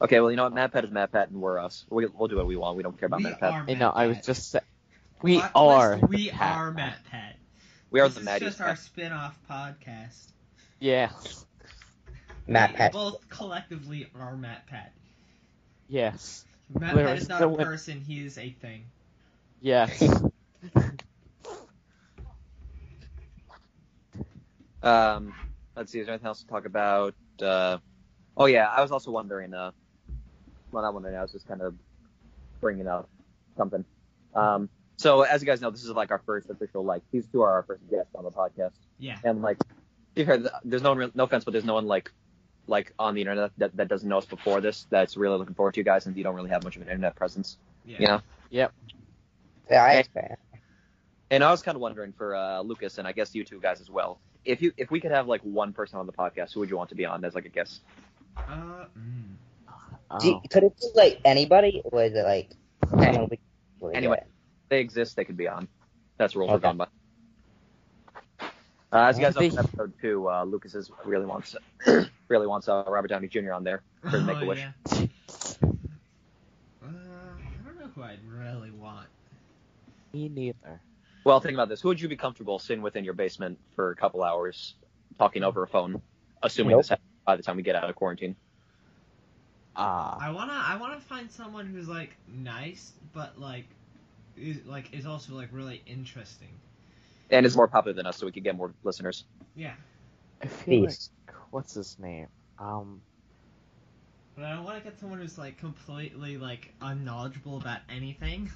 Speaker 1: Okay, well you know what, Matt Pat is Matt Pat, and we're us. We, we'll do what we want. We don't care about
Speaker 2: we
Speaker 1: Matt Pat.
Speaker 2: are
Speaker 3: You know,
Speaker 2: Matt
Speaker 3: I was
Speaker 2: Pat.
Speaker 3: just. Sa- we
Speaker 2: Plot
Speaker 3: are.
Speaker 2: twist, We
Speaker 3: Pat
Speaker 2: are
Speaker 3: Pat.
Speaker 2: Matt Pat.
Speaker 1: We are
Speaker 2: this
Speaker 1: the
Speaker 2: is
Speaker 1: Matties.
Speaker 2: just our spin-off podcast.
Speaker 3: Yes.
Speaker 5: Matt
Speaker 2: we
Speaker 5: Pat.
Speaker 2: both collectively are Matt Pat.
Speaker 3: Yes.
Speaker 2: Matt
Speaker 3: There
Speaker 2: Pat
Speaker 3: is
Speaker 2: is not
Speaker 3: no
Speaker 2: a
Speaker 3: way-
Speaker 2: person, he is a thing.
Speaker 3: Yes. [laughs]
Speaker 1: Um, let's see. Is there anything else to talk about? Uh, oh yeah, I was also wondering. Uh, well, not wondering. I was just kind of bringing up something. Um, so as you guys know, this is like our first official. Like these two are our first guests on the podcast,
Speaker 2: Yeah.
Speaker 1: and like, to be fair, th- there's no one real, no offense, but there's no one like like on the internet that, that doesn't know us before this. That's really looking forward to you guys, and you don't really have much of an internet presence.
Speaker 2: Yeah.
Speaker 1: You know.
Speaker 5: Yeah, I expect.
Speaker 1: And I was kind of wondering for uh, Lucas and I guess you two guys as well. If you if we could have like one person on the podcast, who would you want to be on as like a guest?
Speaker 2: Uh, mm.
Speaker 5: Do you-
Speaker 3: Oh.
Speaker 5: Could it be like anybody, or is it like someone we really
Speaker 1: Anyway.
Speaker 5: good?
Speaker 1: they exist, they could be on. That's rules
Speaker 5: Okay.
Speaker 1: we're gone by. Uh, as you guys know,
Speaker 3: They-
Speaker 1: from episode two, uh, Lucas is, really wants [clears throat] really wants uh, Robert Downey Jr. on there for
Speaker 2: oh,
Speaker 1: Make a Wish.
Speaker 2: yeah. Uh, who I'd really want.
Speaker 3: Me neither.
Speaker 1: Well, think about this. Who would you be comfortable sitting with in your basement for a couple hours, talking over a phone, assuming
Speaker 5: Nope.
Speaker 1: this happens by the time we get out of quarantine?
Speaker 3: Ah.
Speaker 2: I wanna I wanna find someone who's like nice, but like is like is also like really interesting.
Speaker 1: And is more popular than us, so we could get more listeners.
Speaker 2: Yeah,
Speaker 3: I feel like,
Speaker 5: Beast.
Speaker 3: what's his name? Um,
Speaker 2: but I don't want to get someone who's like completely like unknowledgeable about anything.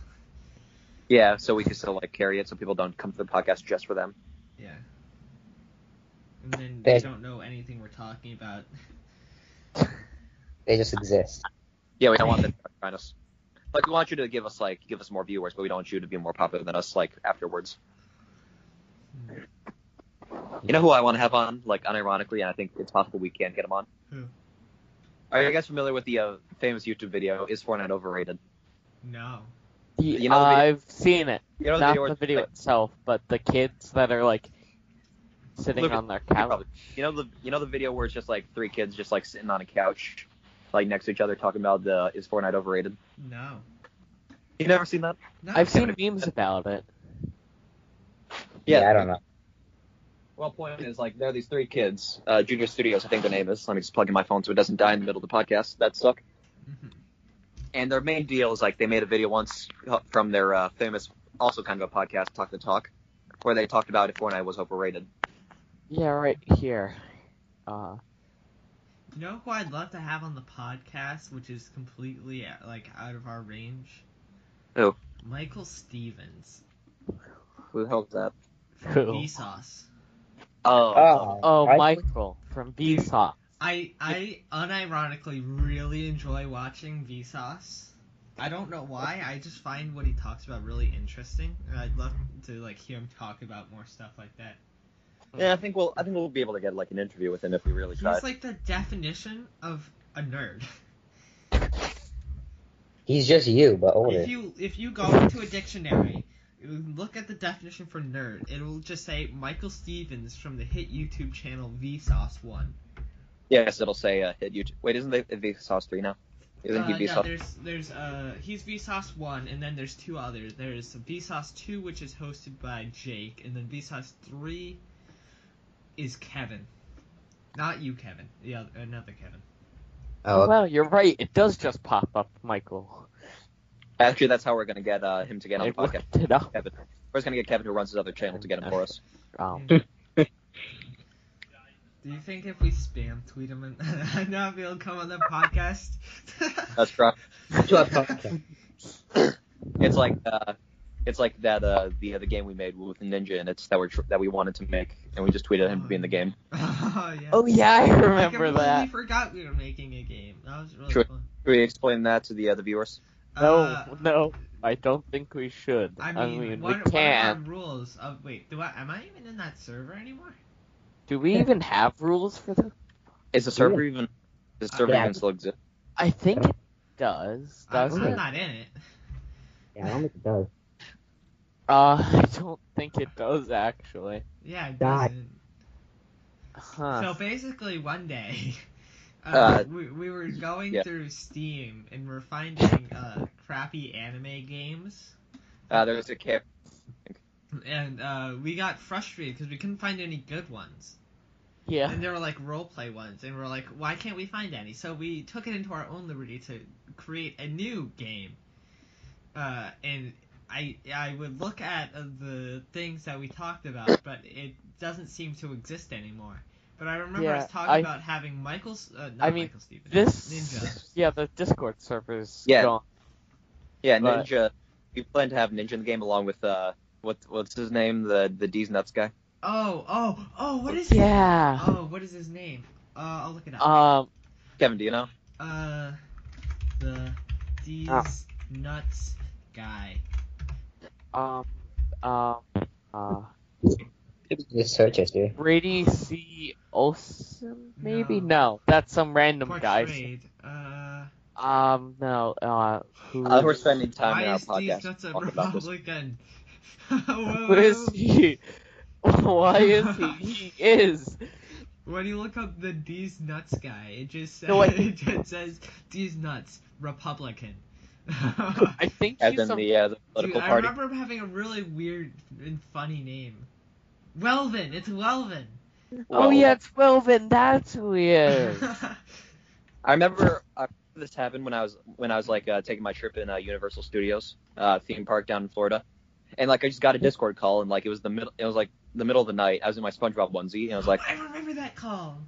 Speaker 1: Yeah, so we could still like carry it, so people don't come to the podcast just for them.
Speaker 2: Yeah. And then they
Speaker 5: They-
Speaker 2: don't know anything we're talking about. [laughs]
Speaker 5: They just exist.
Speaker 1: Yeah, we don't want them to find us. Like we want you to give us like give us more viewers, but we don't want you to be more popular than us like afterwards. You know who I want to have on, like unironically, and I think it's possible we can get him on.
Speaker 2: Who?
Speaker 1: Are you guys familiar with the uh, famous YouTube video "Is Fortnite Overrated"?
Speaker 2: No.
Speaker 3: the,
Speaker 1: You know the video-
Speaker 3: I've seen it.
Speaker 1: You know
Speaker 3: Not
Speaker 1: where
Speaker 3: the
Speaker 1: it's
Speaker 3: video
Speaker 1: like-
Speaker 3: itself, but the kids that are like sitting
Speaker 1: Look,
Speaker 3: on their
Speaker 1: probably-
Speaker 3: couch.
Speaker 1: You know the you know the video where it's just like three kids just like sitting on a couch, like next to each other, talking about the "Is Fortnite Overrated"?
Speaker 2: No.
Speaker 1: You never seen that?
Speaker 2: No.
Speaker 3: I've seen
Speaker 1: but-
Speaker 3: memes about it.
Speaker 5: Yeah, I don't know.
Speaker 1: Well, point is, like, there are these three kids, uh, Junior Studios, I think the name is. Let me just plug in my phone so it doesn't die in the middle of the podcast. That suck.
Speaker 2: Mhm.
Speaker 1: And their main deal is like they made a video once from their uh, famous, also kind of a podcast, Talk the Talk, where they talked about if Fortnite was overrated.
Speaker 3: Yeah, right here. Uh,
Speaker 2: You know who I'd love to have on the podcast, which is completely uh, like out of our range.
Speaker 1: Who?
Speaker 2: Michael Stevens
Speaker 1: Who the hell is that?
Speaker 2: from
Speaker 3: Who?
Speaker 2: Vsauce.
Speaker 1: Oh,
Speaker 5: Oh,
Speaker 3: oh,
Speaker 5: I-
Speaker 3: Michael from Vsauce.
Speaker 2: I I unironically really enjoy watching Vsauce. I don't know why. I just find what he talks about really interesting, and I'd love to like hear him talk about more stuff like that.
Speaker 1: yeah. I think we'll I think we'll be able to get like an interview with him if we really
Speaker 2: He's
Speaker 1: try.
Speaker 2: like the definition of a nerd.
Speaker 5: He's just you, but older.
Speaker 2: If you if you go into a dictionary, you look at the definition for nerd. It'll just say Michael Stevens from the hit YouTube channel Vsauce One.
Speaker 1: Yes, it'll say uh, hit YouTube. Wait, isn't they Vsauce three now? Isn't
Speaker 2: Uh,
Speaker 1: he
Speaker 2: yeah,
Speaker 1: Vsauce?
Speaker 2: there's there's uh he's Vsauce one, and then there's two others. There's Vsauce two, which is hosted by Jake, and then Vsauce three is Kevin. Not you, Kevin. The other, another Kevin.
Speaker 5: oh, okay.
Speaker 3: Well, you're right. It does just pop up, Michael.
Speaker 1: Actually, that's how we're gonna get uh, him to get on
Speaker 3: I
Speaker 1: the podcast.
Speaker 3: looked it up.
Speaker 1: Kevin. We're just gonna get Kevin who runs his other channel to get him for us.
Speaker 3: Um,
Speaker 2: Do you think if we spam tweet him, and [laughs] I know if he'll come on the podcast? [laughs]
Speaker 1: That's right. [laughs]
Speaker 5: To a podcast.
Speaker 1: It's like uh, it's like that uh, the other game we made with Ninja, and it's that we are that we wanted to make, and we just tweeted him to be in the game.
Speaker 2: [laughs] oh yeah.
Speaker 3: oh yeah, I
Speaker 2: I
Speaker 3: remember
Speaker 2: completely
Speaker 3: that.
Speaker 2: forgot we were making a game. That was really
Speaker 1: Sure.
Speaker 2: fun.
Speaker 1: Should we explain that to the other viewers?
Speaker 3: No,
Speaker 2: Uh,
Speaker 3: no, I don't think we should.
Speaker 2: I mean,
Speaker 3: we
Speaker 2: what,
Speaker 3: can.
Speaker 2: what are our rules? Of wait, do I am I even in that server anymore?
Speaker 3: Do we even have rules for this?
Speaker 1: Is the server even? Does the server
Speaker 5: Yeah.
Speaker 1: even still exist?
Speaker 3: I think it does.
Speaker 2: I,
Speaker 3: Does
Speaker 2: I'm
Speaker 3: it?
Speaker 2: not in it. [laughs]
Speaker 5: yeah, I don't think it does.
Speaker 3: Uh, [laughs] I don't think it does actually.
Speaker 2: Yeah, it
Speaker 5: Die.
Speaker 2: doesn't. So
Speaker 3: Huh.
Speaker 2: basically, one day, [laughs] uh,
Speaker 1: Uh,
Speaker 2: we, we
Speaker 3: [laughs]
Speaker 2: were going
Speaker 1: yeah.
Speaker 2: through Steam and we're finding uh, crappy anime games,
Speaker 1: Uh, there's a camp.
Speaker 2: and uh, we got frustrated because we couldn't find any good ones.
Speaker 3: yeah.
Speaker 2: And there were like role play ones, and we're like, why can't we find any? So we took it into our own liberty to create a new game. Uh, and I I would look at uh, the things that we talked
Speaker 3: [coughs]
Speaker 2: about, but it doesn't seem to exist anymore. But I remember
Speaker 3: Yeah,
Speaker 2: us talking
Speaker 3: I-
Speaker 2: about having Michael's. Uh, not
Speaker 3: I mean,
Speaker 2: Michael Stevens,
Speaker 3: This.
Speaker 2: Ninja.
Speaker 3: Yeah, the Discord server's
Speaker 1: Yeah.
Speaker 3: gone.
Speaker 1: Yeah,
Speaker 3: Right.
Speaker 1: Ninja. We plan to have Ninja in the game along with uh, what what's his name? The the D's nuts guy.
Speaker 2: Oh oh oh! What is his?
Speaker 3: Yeah.
Speaker 2: Oh, what is his name? Uh, I'll look it up.
Speaker 3: Um.
Speaker 1: Kevin, do you know?
Speaker 2: Uh, the these
Speaker 3: Ah.
Speaker 2: nuts guy.
Speaker 3: Um. Um. Uh.
Speaker 5: Just search us, dude.
Speaker 3: Brady C. Olsen, maybe? No, that's some random guy.
Speaker 2: Portrayed, Uh,
Speaker 3: Um, no, uh, who?
Speaker 1: Uh, we're spending time
Speaker 2: why
Speaker 1: in our
Speaker 2: is Steve
Speaker 1: podcast
Speaker 2: such a
Speaker 1: talking about this. [laughs]
Speaker 2: [laughs] Republican?
Speaker 3: who is he? [laughs] Why is he?
Speaker 2: [laughs]
Speaker 3: He is.
Speaker 2: When you look up the D's nuts guy, [laughs] it just says,
Speaker 3: No,
Speaker 1: [laughs]
Speaker 3: I-
Speaker 2: it just says D's nuts Republican. [laughs]
Speaker 3: I think
Speaker 1: as
Speaker 3: he's
Speaker 1: in
Speaker 3: a,
Speaker 1: the, uh, the
Speaker 2: Dude,
Speaker 1: political
Speaker 2: I
Speaker 1: party.
Speaker 2: remember him having a really weird and funny name. Welvin. It's Welvin.
Speaker 3: Oh yeah, it's Wilvin. That's who he
Speaker 1: [laughs]
Speaker 2: [laughs]
Speaker 3: is.
Speaker 1: I remember uh, this happened when I was when I was like uh, taking my trip in uh, Universal Studios uh, theme park down in Florida, and like I just got a Discord call and like it was the middle it was like the middle of the night. I was in my SpongeBob onesie and I was like
Speaker 2: I remember that call.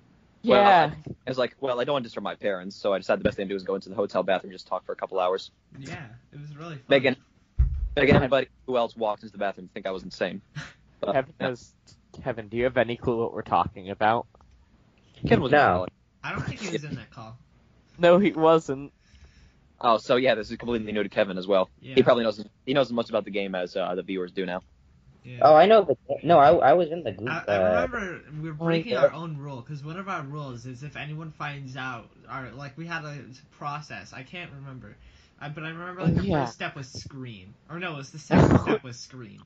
Speaker 1: Well,
Speaker 3: yeah.
Speaker 1: I was like well I don't want to disturb my parents, so I decided the best thing to do is go into the hotel bathroom and just talk for a couple hours.
Speaker 2: Yeah, it was really fun.
Speaker 1: Megan, Megan, anybody who else walked into the bathroom think I was insane. But,
Speaker 3: Kevin has. Kevin, do you have any clue what we're talking about?
Speaker 1: Ken was
Speaker 6: No.
Speaker 2: I don't think he was in that call.
Speaker 3: No, he wasn't.
Speaker 1: Oh, so yeah, this is completely new to Kevin as well.
Speaker 2: Yeah.
Speaker 1: He probably knows he knows as much about the game as uh, the viewers do now.
Speaker 2: yeah.
Speaker 5: Oh, I know, but no, I, I was in the group.
Speaker 2: I, I
Speaker 5: uh,
Speaker 2: remember we are breaking our own rule because one of our rules is if anyone finds out, or like we had a process. I can't remember, I, but I remember like the
Speaker 3: Yeah.
Speaker 2: first step was scream, or no, it was the second step was scream.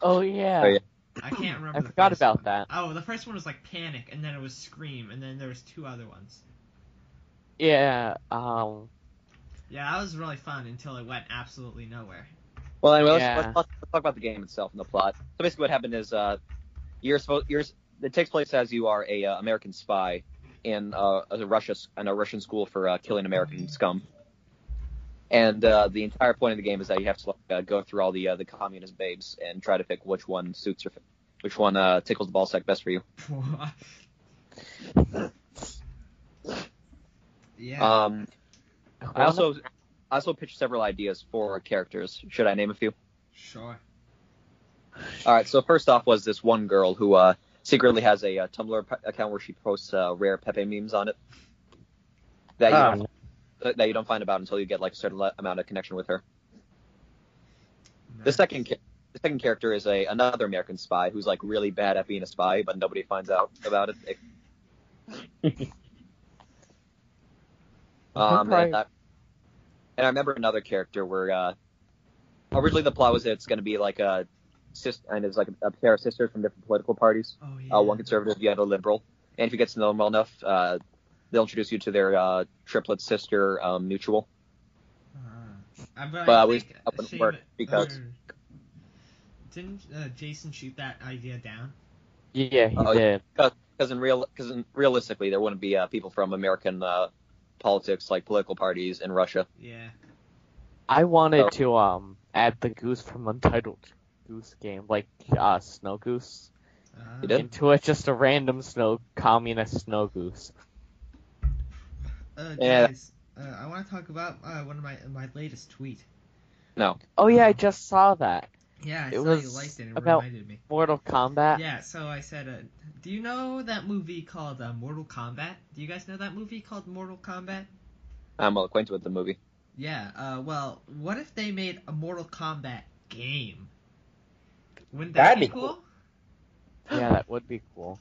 Speaker 3: Oh yeah.
Speaker 1: Oh, yeah.
Speaker 3: [laughs]
Speaker 2: I can't remember.
Speaker 3: I
Speaker 2: the
Speaker 3: forgot
Speaker 2: first
Speaker 3: about
Speaker 2: one.
Speaker 3: that.
Speaker 2: Oh, the first one was like panic, and then it was scream, and then there was two other ones.
Speaker 3: Yeah. Um.
Speaker 2: Yeah, that was really fun until it went absolutely nowhere. [laughs]
Speaker 1: Well, anyway, let's,
Speaker 3: Yeah.
Speaker 1: let's, talk, let's talk about the game itself and the plot. So basically, what happened is uh, you're supposed you're it takes place as you are a uh, American spy in uh, a Russia in a Russian school for uh, killing American scum. And uh, the entire point of the game is that you have to like, uh, go through all the uh, the communist babes and try to pick which one suits your, which one uh, tickles the ball sack best for you.
Speaker 2: yeah.
Speaker 1: Um, I
Speaker 3: wanna-
Speaker 1: also I also pitched several ideas for characters. Should I name a few?
Speaker 2: sure.
Speaker 1: All right. So first off was this one girl who uh, secretly has a uh, Tumblr p- account where she posts uh, rare Pepe memes on it that you
Speaker 5: Ah.
Speaker 6: Oh,
Speaker 1: don't, uh, that- that you don't find about until you get like a certain le- amount of connection with her. The
Speaker 2: Nice.
Speaker 1: second ca- the second character is a another American spy who's like really bad at being a spy, but nobody finds out about it. um,
Speaker 3: Right.
Speaker 1: and, I, and I remember another character where uh, originally the plot was that it's going to be like a sister and it's like a, a pair of sisters from different political parties.
Speaker 2: Oh yeah.
Speaker 1: uh, one conservative, the other liberal. And if you get to know them well enough, uh, they'll introduce you to their uh, triplet sister um, mutual.
Speaker 2: Uh, but I
Speaker 1: But we
Speaker 2: think
Speaker 1: that wouldn't
Speaker 2: Shane-
Speaker 1: work because-
Speaker 2: or- didn't uh, Jason shoot that idea down?
Speaker 3: Yeah, he
Speaker 1: Oh, yeah.
Speaker 3: did.
Speaker 1: Because in real, because in, realistically, there wouldn't be uh, people from American uh, politics, like political parties in Russia.
Speaker 2: Yeah.
Speaker 3: I wanted
Speaker 1: Oh.
Speaker 3: to um add the goose from Untitled Goose Game, like uh, Snow Goose,
Speaker 2: Uh,
Speaker 1: You did?
Speaker 3: into it. Just a random snow communist snow goose.
Speaker 2: Uh,
Speaker 1: Yeah.
Speaker 2: guys, uh, I want to talk about uh, one of my my latest tweet.
Speaker 3: Oh yeah, I just saw that
Speaker 2: Yeah, I
Speaker 3: It
Speaker 2: saw you
Speaker 3: was
Speaker 2: liked it. It
Speaker 3: about-
Speaker 2: reminded me.
Speaker 3: Mortal Kombat.
Speaker 2: Yeah, so I said, uh, do you know that movie called uh, Mortal Kombat? Do you guys know that movie called Mortal Kombat?
Speaker 1: I'm well acquainted with the movie.
Speaker 2: Yeah, uh, well, what if they made a Mortal Kombat game? Wouldn't that
Speaker 5: That'd
Speaker 2: be
Speaker 5: be
Speaker 2: cool?
Speaker 3: Yeah, that would be cool.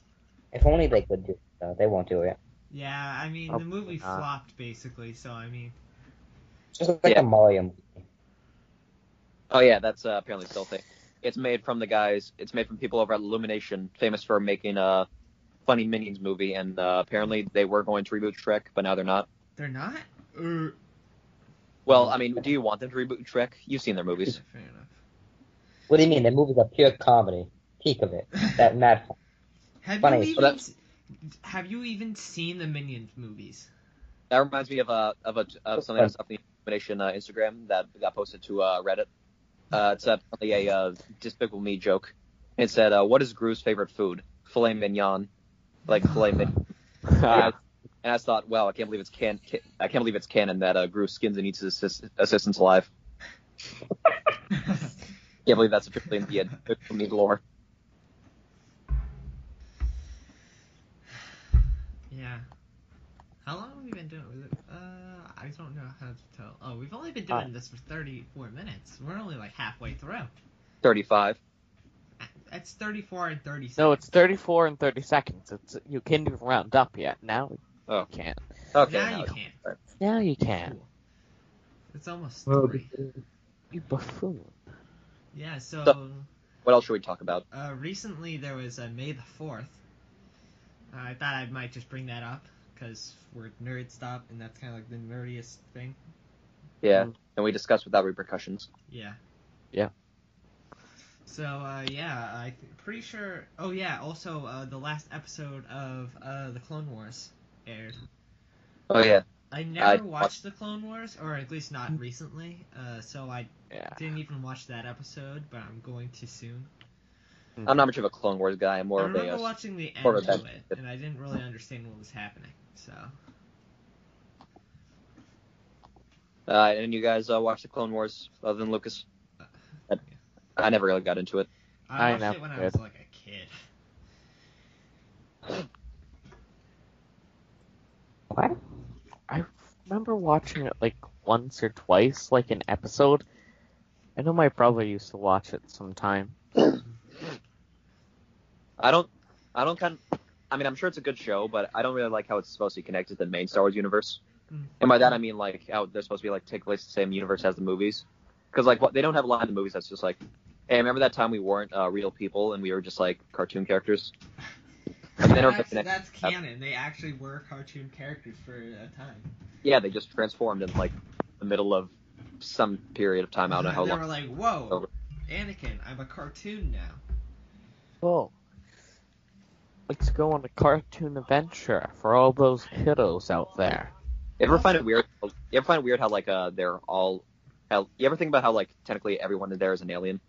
Speaker 5: if only they could do it, though. They won't do it.
Speaker 2: Yeah, I mean, the
Speaker 3: Probably
Speaker 2: movie
Speaker 3: not.
Speaker 2: flopped, basically, so I mean,
Speaker 5: It's just like
Speaker 1: Yeah.
Speaker 5: a Mario movie.
Speaker 1: Oh yeah, that's uh, apparently still a thing. It's made from the guys. It's made from people over at Illumination, famous for making a funny Minions movie. And uh, apparently, they were going to reboot Shrek, but now they're not.
Speaker 2: they're not? Uh,
Speaker 1: Well, I mean, do you want them to reboot Shrek? You've seen their movies.
Speaker 2: fair enough.
Speaker 5: What do you mean? The movie's a pure comedy. Peak of it. That mad.
Speaker 2: [laughs] Have
Speaker 5: Funny,
Speaker 2: you
Speaker 5: so
Speaker 2: even
Speaker 1: that's-
Speaker 2: s- have you even seen the Minions movies? [laughs]
Speaker 1: That reminds me of a of a of something that's up on the Illumination uh, Instagram that got posted to uh, Reddit. Uh, it's apparently a uh, Despicable Me joke. It said, uh, "What is Gru's favorite food? Filet mignon, like filet mignon."
Speaker 3: [laughs] Uh,
Speaker 1: And I thought, wow, I can't believe it's can, ca I can't believe it's canon that uh, Gru skins and eats his assist- assistants alive. Can't believe that's officially in the uh, Despicable Me lore.
Speaker 2: yeah. How long have we been doing it? Uh, I don't know how to tell. Oh, we've only been doing this for 34 minutes. We're only like halfway through.
Speaker 1: Thirty-five.
Speaker 2: It's 34 and 36.
Speaker 3: no, it's 34 and 30 seconds. It's you can't even round up yet. Now
Speaker 1: Oh.
Speaker 3: you can't.
Speaker 1: Okay.
Speaker 2: now
Speaker 1: now-
Speaker 2: you can't.
Speaker 3: Now you can.
Speaker 2: Cool. It's almost
Speaker 6: Well,
Speaker 2: three.
Speaker 3: You buffoon.
Speaker 2: Yeah, so,
Speaker 1: So- What else should we talk about?
Speaker 2: uh, recently there was uh, May the 4th. Uh, I thought I might just bring that up because we're nerd stop and that's kind of like the nerdiest thing.
Speaker 1: Yeah,
Speaker 3: Mm.
Speaker 1: and we discussed without repercussions.
Speaker 2: Yeah.
Speaker 3: Yeah.
Speaker 2: So uh, yeah, I th- pretty sure. Oh yeah, also uh, the last episode of uh, the Clone Wars aired.
Speaker 1: Oh yeah,
Speaker 2: I never
Speaker 1: I- Mm-hmm.
Speaker 2: watched the Clone Wars, or at least not recently. Uh, so I
Speaker 3: Yeah.
Speaker 2: didn't even watch that episode, but I'm going to soon.
Speaker 1: I'm not much of a Clone Wars guy. I'm more
Speaker 2: I
Speaker 1: of a
Speaker 2: remember
Speaker 1: uh,
Speaker 2: watching the end
Speaker 1: more
Speaker 2: of
Speaker 1: of a
Speaker 2: it,
Speaker 1: bad-
Speaker 2: and I didn't really understand what was happening. So
Speaker 1: Uh, and you guys uh, watch the Clone Wars other than Lucas? I, I never really got into it.
Speaker 2: I
Speaker 3: I
Speaker 2: watched
Speaker 3: know.
Speaker 2: it when I was like a kid.
Speaker 7: What?
Speaker 3: remember watching it like once or twice, like an episode. I know my brother used to watch it sometime.
Speaker 1: I don't. I don't kind. Of, I mean, I'm sure it's a good show, but I don't really like how it's supposed to be connected to the main Star Wars universe.
Speaker 2: Mm.
Speaker 1: And by that I mean like how they're supposed to be like take place in the same universe as the movies, because like what they don't have a lot in the movies that's just like, hey, remember that time we weren't uh, real people and we were just like cartoon characters. [laughs] And they don't
Speaker 2: That's,
Speaker 1: connect-
Speaker 2: that's canon. They actually were cartoon characters for a time.
Speaker 1: yeah, they just transformed in like the middle of some period of time. I don't know how
Speaker 2: they
Speaker 1: long.
Speaker 2: were like, "Whoa,
Speaker 1: Over.
Speaker 2: Anakin, I'm a cartoon now."
Speaker 3: Whoa. Let's go on a cartoon adventure for all those kiddos out there.
Speaker 1: You ever find it weird? You ever find it weird how like uh they're all how you ever think about how like technically everyone in there is an alien?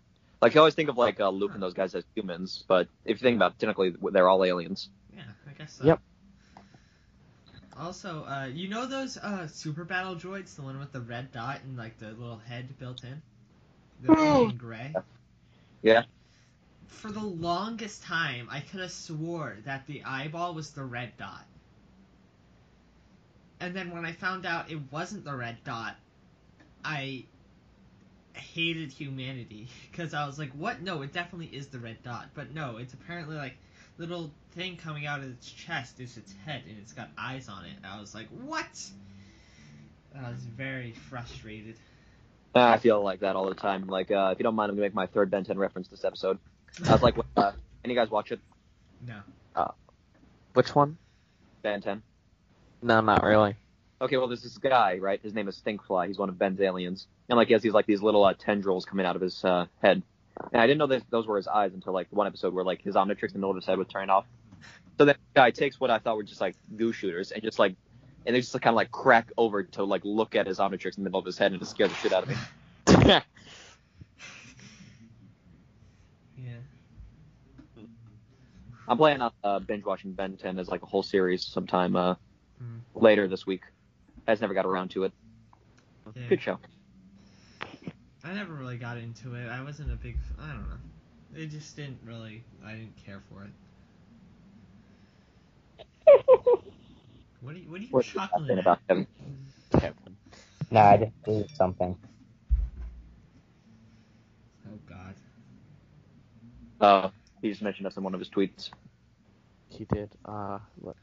Speaker 1: Like you always think of like uh, Luke and those guys as humans, but if you think about it, technically they're all aliens.
Speaker 2: Yeah, I guess so.
Speaker 3: Yep.
Speaker 2: Also, uh, you know those uh, super battle droids, the one with the red dot and like the little head built in, the
Speaker 3: Oh.
Speaker 2: in gray.
Speaker 1: Yeah.
Speaker 2: For the longest time, I could have swore that the eyeball was the red dot. And then when I found out it wasn't the red dot, I hated humanity [laughs] because I was like, "What? No, it definitely is the red dot." But no, it's apparently like little thing coming out of its chest is its head, and it's got eyes on it. I was like, "What?" I was very frustrated.
Speaker 1: Ah, I feel like that all the time. Like uh, if you don't mind, I'm gonna make my third Ben 10 reference this episode. I was like, what, uh, any guys watch it?
Speaker 2: "No."
Speaker 3: Which one?
Speaker 1: Ben 10.
Speaker 3: No, not really.
Speaker 1: Okay, well there's this guy, right? His name is Stinkfly. He's one of Ben's aliens, and like he has these like these little uh, tendrils coming out of his uh, head. And I didn't know that those were his eyes until like one episode where like his Omnitrix in the middle of his head would turn off. So that guy takes what I thought were just like goo shooters and just like and they just kind of like crack over to like look at his Omnitrix in the middle of his head and it scared the shit out of me.
Speaker 2: Yeah.
Speaker 1: I'm planning on uh, binge watching Ben 10 as like a whole series sometime uh,
Speaker 2: Hmm.
Speaker 1: later this week. I just never got around to it.
Speaker 2: yeah.
Speaker 1: Good show.
Speaker 2: I never really got into it. I wasn't a big. I don't know. It just didn't really. I didn't care
Speaker 1: [laughs]
Speaker 2: for it. What are you, what are you
Speaker 1: What's
Speaker 2: chuckling
Speaker 1: talking
Speaker 2: at?
Speaker 1: about Kevin?
Speaker 3: Kevin.
Speaker 5: Nah, I just did something.
Speaker 2: Oh God.
Speaker 1: Uh, he just mentioned us in one of his tweets.
Speaker 3: He did. Uh, what?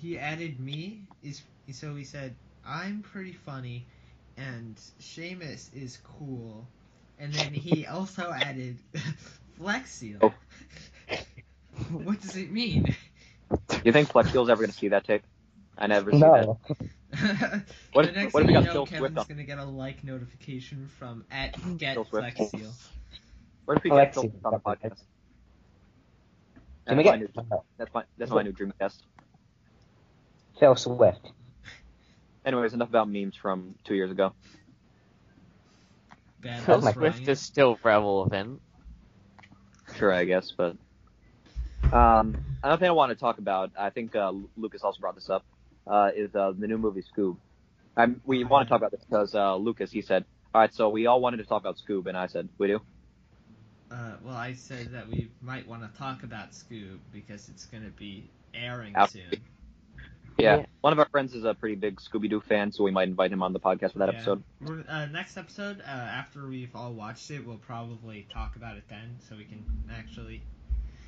Speaker 2: He added me is so he said I'm pretty funny, and Seamus is cool, and
Speaker 1: [laughs]
Speaker 2: then he also added [laughs] Flex Seal.
Speaker 1: Oh.
Speaker 2: [laughs] what does it mean? [laughs]
Speaker 1: You think Flex Seal's ever gonna see that tape? I never see that.
Speaker 5: No,
Speaker 1: What
Speaker 2: the
Speaker 1: if-
Speaker 2: next
Speaker 1: what if we got
Speaker 2: thing you know,
Speaker 1: Phil Swift
Speaker 2: Kevin's
Speaker 1: on?
Speaker 2: gonna get a like notification from
Speaker 1: [laughs]
Speaker 2: at get
Speaker 1: Phil Swift.
Speaker 2: Flex Seal.
Speaker 1: What if we
Speaker 5: Flex
Speaker 1: get Phil
Speaker 5: Seal.
Speaker 1: on the podcast?
Speaker 5: can
Speaker 1: That's
Speaker 5: we
Speaker 1: my,
Speaker 5: get
Speaker 1: new, that's my that's my new dream guest.
Speaker 5: Phil Swift?
Speaker 1: Anyways, enough about memes from two years ago.
Speaker 2: Bad
Speaker 1: Oh
Speaker 3: Phil
Speaker 2: House
Speaker 3: Swift
Speaker 2: Ryan.
Speaker 3: is still relevant.
Speaker 1: Sure, I guess, but um, another thing I want to talk about, I think uh, Lu- Lucas also brought this up, uh, is uh, the new movie Scoob. i we want to talk about this because uh, Lucas he said, all right, so we all wanted to talk about Scoob, and I said, we do.
Speaker 2: Uh, well, I said that we might want to talk about Scoob because it's gonna be airing
Speaker 1: Out.
Speaker 2: soon.
Speaker 1: Yeah.
Speaker 3: Yeah.
Speaker 1: One of our friends is a pretty big Scooby Doo fan, so we might invite him on the podcast for that
Speaker 2: Yeah.
Speaker 1: episode.
Speaker 2: We're, uh, next episode, uh, after we've all watched it, we'll probably talk about it then, so we can actually.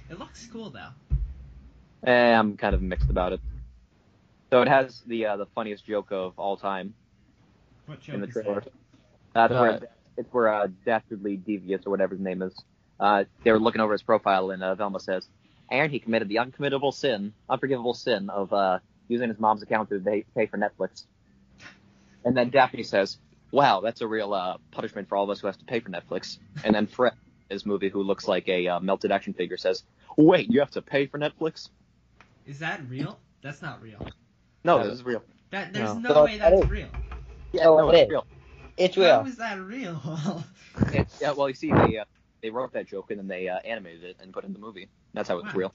Speaker 2: It looks cool though.
Speaker 1: Eh, I'm kind of mixed about it. So it has the uh, the funniest joke of all time
Speaker 2: What
Speaker 1: in
Speaker 2: joke
Speaker 1: the
Speaker 2: is that?
Speaker 1: trailer. That's
Speaker 3: Uh,
Speaker 1: where it's where uh, dastardly devious or whatever his name is. Uh, they were looking over his profile and uh, Velma says, "Aaron, he committed the uncommittable sin, unforgivable sin of uh, using his mom's account to pay, pay for Netflix." And then Daphne says, wow, that's a real uh, punishment for all of us who have to pay for Netflix. And then Fred, his movie, who looks like a uh, melted action figure, says, wait, you have to pay for Netflix?
Speaker 2: Is that real? That's not real.
Speaker 1: No,
Speaker 8: Yeah,
Speaker 1: this is real.
Speaker 2: That there's
Speaker 3: No.
Speaker 2: no,
Speaker 5: So
Speaker 2: way that's
Speaker 5: it is.
Speaker 2: real.
Speaker 1: Yeah,
Speaker 5: Oh,
Speaker 1: no,
Speaker 5: it
Speaker 1: it's
Speaker 5: is.
Speaker 1: real.
Speaker 5: It's
Speaker 2: How
Speaker 5: real.
Speaker 2: is that real? [laughs]
Speaker 1: It- yeah, well, you see, they uh, they wrote that joke and then they uh, animated it and put it in the movie. That's how it's
Speaker 2: Wow.
Speaker 1: real.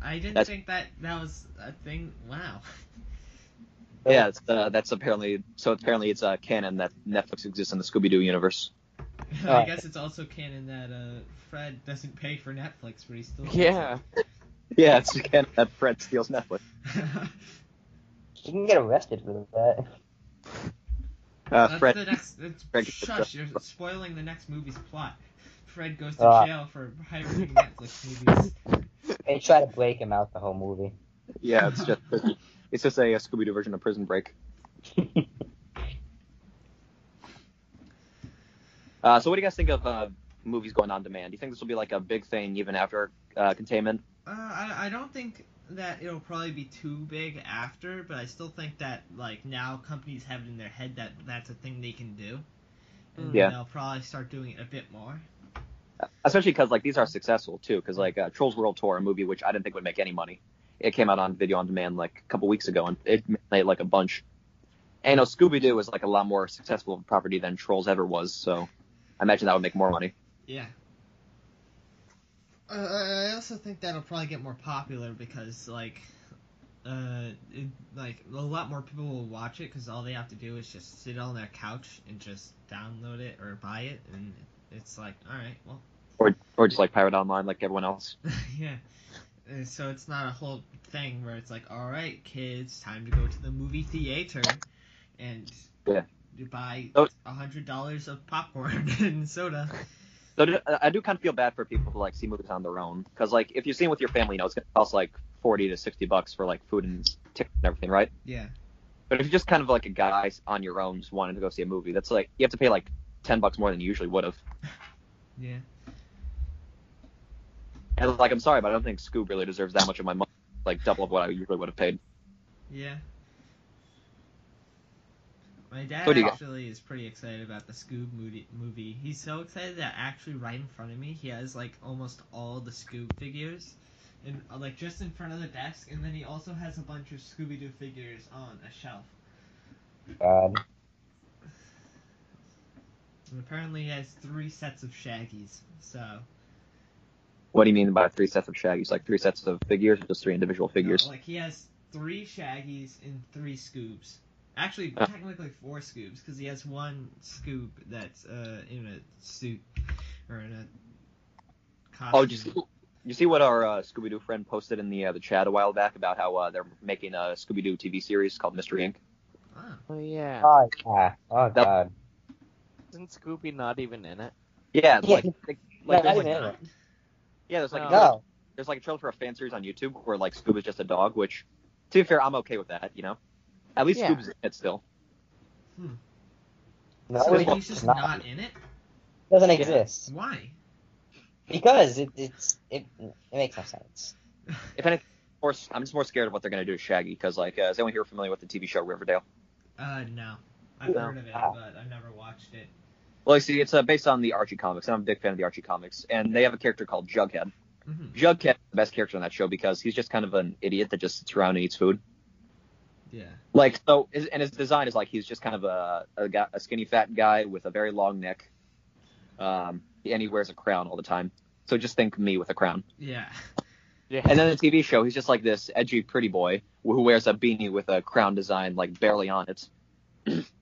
Speaker 2: I didn't
Speaker 1: That's-
Speaker 2: think that that was a thing. Wow. [laughs]
Speaker 1: Yeah, it's, uh, that's apparently so. Apparently, it's uh, canon that Netflix exists in the Scooby Doo universe. [laughs]
Speaker 2: I
Speaker 5: Uh,
Speaker 2: guess it's also canon that uh, Fred doesn't pay for Netflix, but he still. owns
Speaker 3: Yeah.
Speaker 1: Yeah, it's canon that Fred steals Netflix.
Speaker 2: it. [laughs]
Speaker 5: You can get arrested for that.
Speaker 1: Uh,
Speaker 2: That's
Speaker 1: Fred,
Speaker 2: the next. It's,
Speaker 1: Fred-
Speaker 2: shush! You're spoiling the next movie's plot. Fred goes to
Speaker 1: Uh,
Speaker 5: Ah.
Speaker 2: jail for pirating Netflix movies.
Speaker 5: They try to break him out the whole movie. [laughs]
Speaker 1: yeah, it's just it's just a, Scooby Doo version of Prison Break. Uh, so, what do you guys think of uh, movies going on demand? Do you think this will be like a big thing even after uh, Containment?
Speaker 2: Uh, I, I don't think that it'll probably be too big after, but I still think that like now companies have it in their head that that's a thing they can do, and
Speaker 1: Yeah.
Speaker 2: they'll probably start doing it a bit more.
Speaker 1: especially because like these are successful too because like uh, trolls world tour a movie which i didn't think would make any money it came out on video on demand like a couple weeks ago and it made like a bunch and you know, scooby-doo was like a lot more successful of a property than trolls ever was so i imagine that would make more money
Speaker 2: Yeah. Uh, I I also think that'll probably get more popular because like, uh, it, like a lot more people will watch it because all they have to do is just sit on their couch and just download it or buy it, and it's like, all right, well, [laughs]
Speaker 1: or or just like pirate online like everyone else
Speaker 2: yeah. Uh, So it's not a whole thing where it's like, all right, kids, time to go to the movie theater, and
Speaker 1: Yeah.
Speaker 2: you buy
Speaker 1: Oh.
Speaker 2: a hundred dollars of popcorn [laughs] and soda.
Speaker 1: so do- I- i do kind of feel bad for people who like see movies on their own because like if you're seeing with your family you know it's going to cost like 40 to 60 bucks for like food and tickets and everything right
Speaker 2: Yeah.
Speaker 1: But if you're just kind of like a guy on your own just wanting to go see a movie, that's like you have to pay like ten bucks more than you usually would have.
Speaker 2: Yeah.
Speaker 1: And like I'm sorry, but I don't think Scoob really deserves that much of my money, like double of what I usually would have paid.
Speaker 2: Yeah. My dad
Speaker 1: What do you got?
Speaker 2: actually is pretty excited about the Scoob movie. movie. He's so excited that actually right in front of me, he has like almost all the Scoob figures, and uh, like just in front of the desk. And then he also has a bunch of Scooby Doo figures on a shelf.
Speaker 5: God.
Speaker 2: And apparently, he has three sets of Shaggies. So
Speaker 1: What do you mean by three sets of Shaggy's? Like three sets of figures, or just three individual figures?
Speaker 2: No, like he has three Shaggies and three Scoobs. Actually,
Speaker 1: Oh.
Speaker 2: technically four Scoobs because he has one Scoob that's uh, in a suit or in a costume.
Speaker 1: oh, did you see, you see what our uh, Scooby Doo friend posted in the uh, the chat a while back about how uh, they're making a Scooby Doo TV series called Mystery Inc.
Speaker 2: Oh.
Speaker 3: Oh yeah.
Speaker 5: Oh, yeah.
Speaker 2: [laughs]
Speaker 5: Oh, God.
Speaker 3: Isn't Scooby not even in it?
Speaker 1: Yeah, it's
Speaker 5: Yeah.
Speaker 1: like, like, like
Speaker 5: No, I
Speaker 1: there's like
Speaker 5: didn't.
Speaker 1: yeah, there's like
Speaker 3: No.
Speaker 1: a
Speaker 5: No.
Speaker 1: there's like a trailer for a fan series on YouTube where like Scoob is just a dog, which to be fair, I'm okay with that, you know. At least
Speaker 3: Yeah.
Speaker 1: Scoob's in it still.
Speaker 5: No,
Speaker 2: So
Speaker 5: it
Speaker 2: he's just not. in it.
Speaker 5: doesn't exist.
Speaker 2: Why?
Speaker 5: Because it, it's, it, it makes no sense.
Speaker 1: If anything, more, I'm just more scared of what they're gonna do to Shaggy because like uh, is anyone here familiar with the TV show Riverdale?
Speaker 2: [laughs] Uh, no. I've
Speaker 5: No.
Speaker 2: heard of it,
Speaker 5: Ah.
Speaker 2: but I've never watched it.
Speaker 1: Well, you see, it's uh, based on the Archie comics, and I'm a big fan of the Archie comics, and they have a character called Jughead.
Speaker 2: Mhm.
Speaker 1: Jughead is the best character on that show because he's just kind of an idiot that just sits around and eats food.
Speaker 2: Yeah.
Speaker 1: Like so, his, and his design is like he's just kind of a a, guy, a skinny fat guy with a very long neck, um, and he wears a crown all the time. So just think me with a crown.
Speaker 2: Yeah. [laughs]
Speaker 3: Yeah.
Speaker 1: And then the TV show, he's just like this edgy pretty boy who wears a beanie with a crown design like barely on it.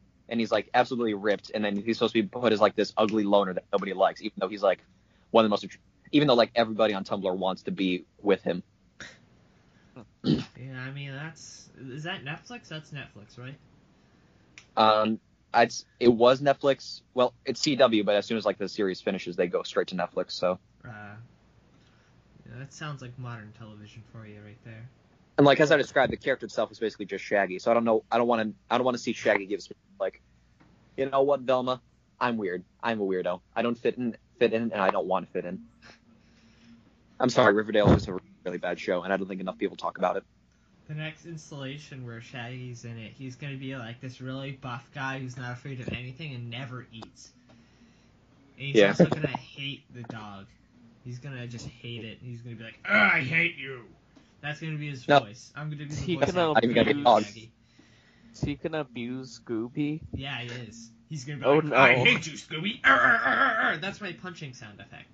Speaker 1: [clears throat] and he's like absolutely ripped. And then he's supposed to be put as like this ugly loner that nobody likes, even though he's like one of the most, even though like everybody on Tumblr wants to be with him.
Speaker 2: Yeah. I mean, that's is that Netflix? That's Netflix, right?
Speaker 1: Um, I'd, s- it was Netflix. Well, it's CW, but as soon as like the series finishes, they go straight to Netflix. So,
Speaker 2: Uh, yeah, that sounds like modern television for you, right there.
Speaker 1: and like as I described, the character itself is basically just Shaggy. So I don't know. I don't want to. I don't want to see Shaggy gives me like, you know what, Velma? I'm weird. I'm a weirdo. I don't fit in. Fit in, and I don't want to fit in. I'm sorry, Riverdale is a really bad show, and I don't think enough people talk about it.
Speaker 2: The next installation where Shaggy's in it, he's gonna be like this really buff guy who's not afraid of anything and never eats. And he's
Speaker 1: Yeah.
Speaker 2: also gonna hate the dog. He's gonna just hate it. He's gonna be like, "Ugh, I hate you. That's gonna be his
Speaker 1: No.
Speaker 2: voice. I'm gonna be the
Speaker 3: He
Speaker 2: voice
Speaker 3: can
Speaker 2: of
Speaker 1: I even got the dog.
Speaker 2: Shaggy.
Speaker 3: Is he gonna abuse Scooby?
Speaker 2: Yeah, he is. He's gonna be
Speaker 3: Oh,
Speaker 2: like,
Speaker 3: no.
Speaker 2: "I hate you, Scooby." Arr, arr, arr, arr. That's my punching sound effect.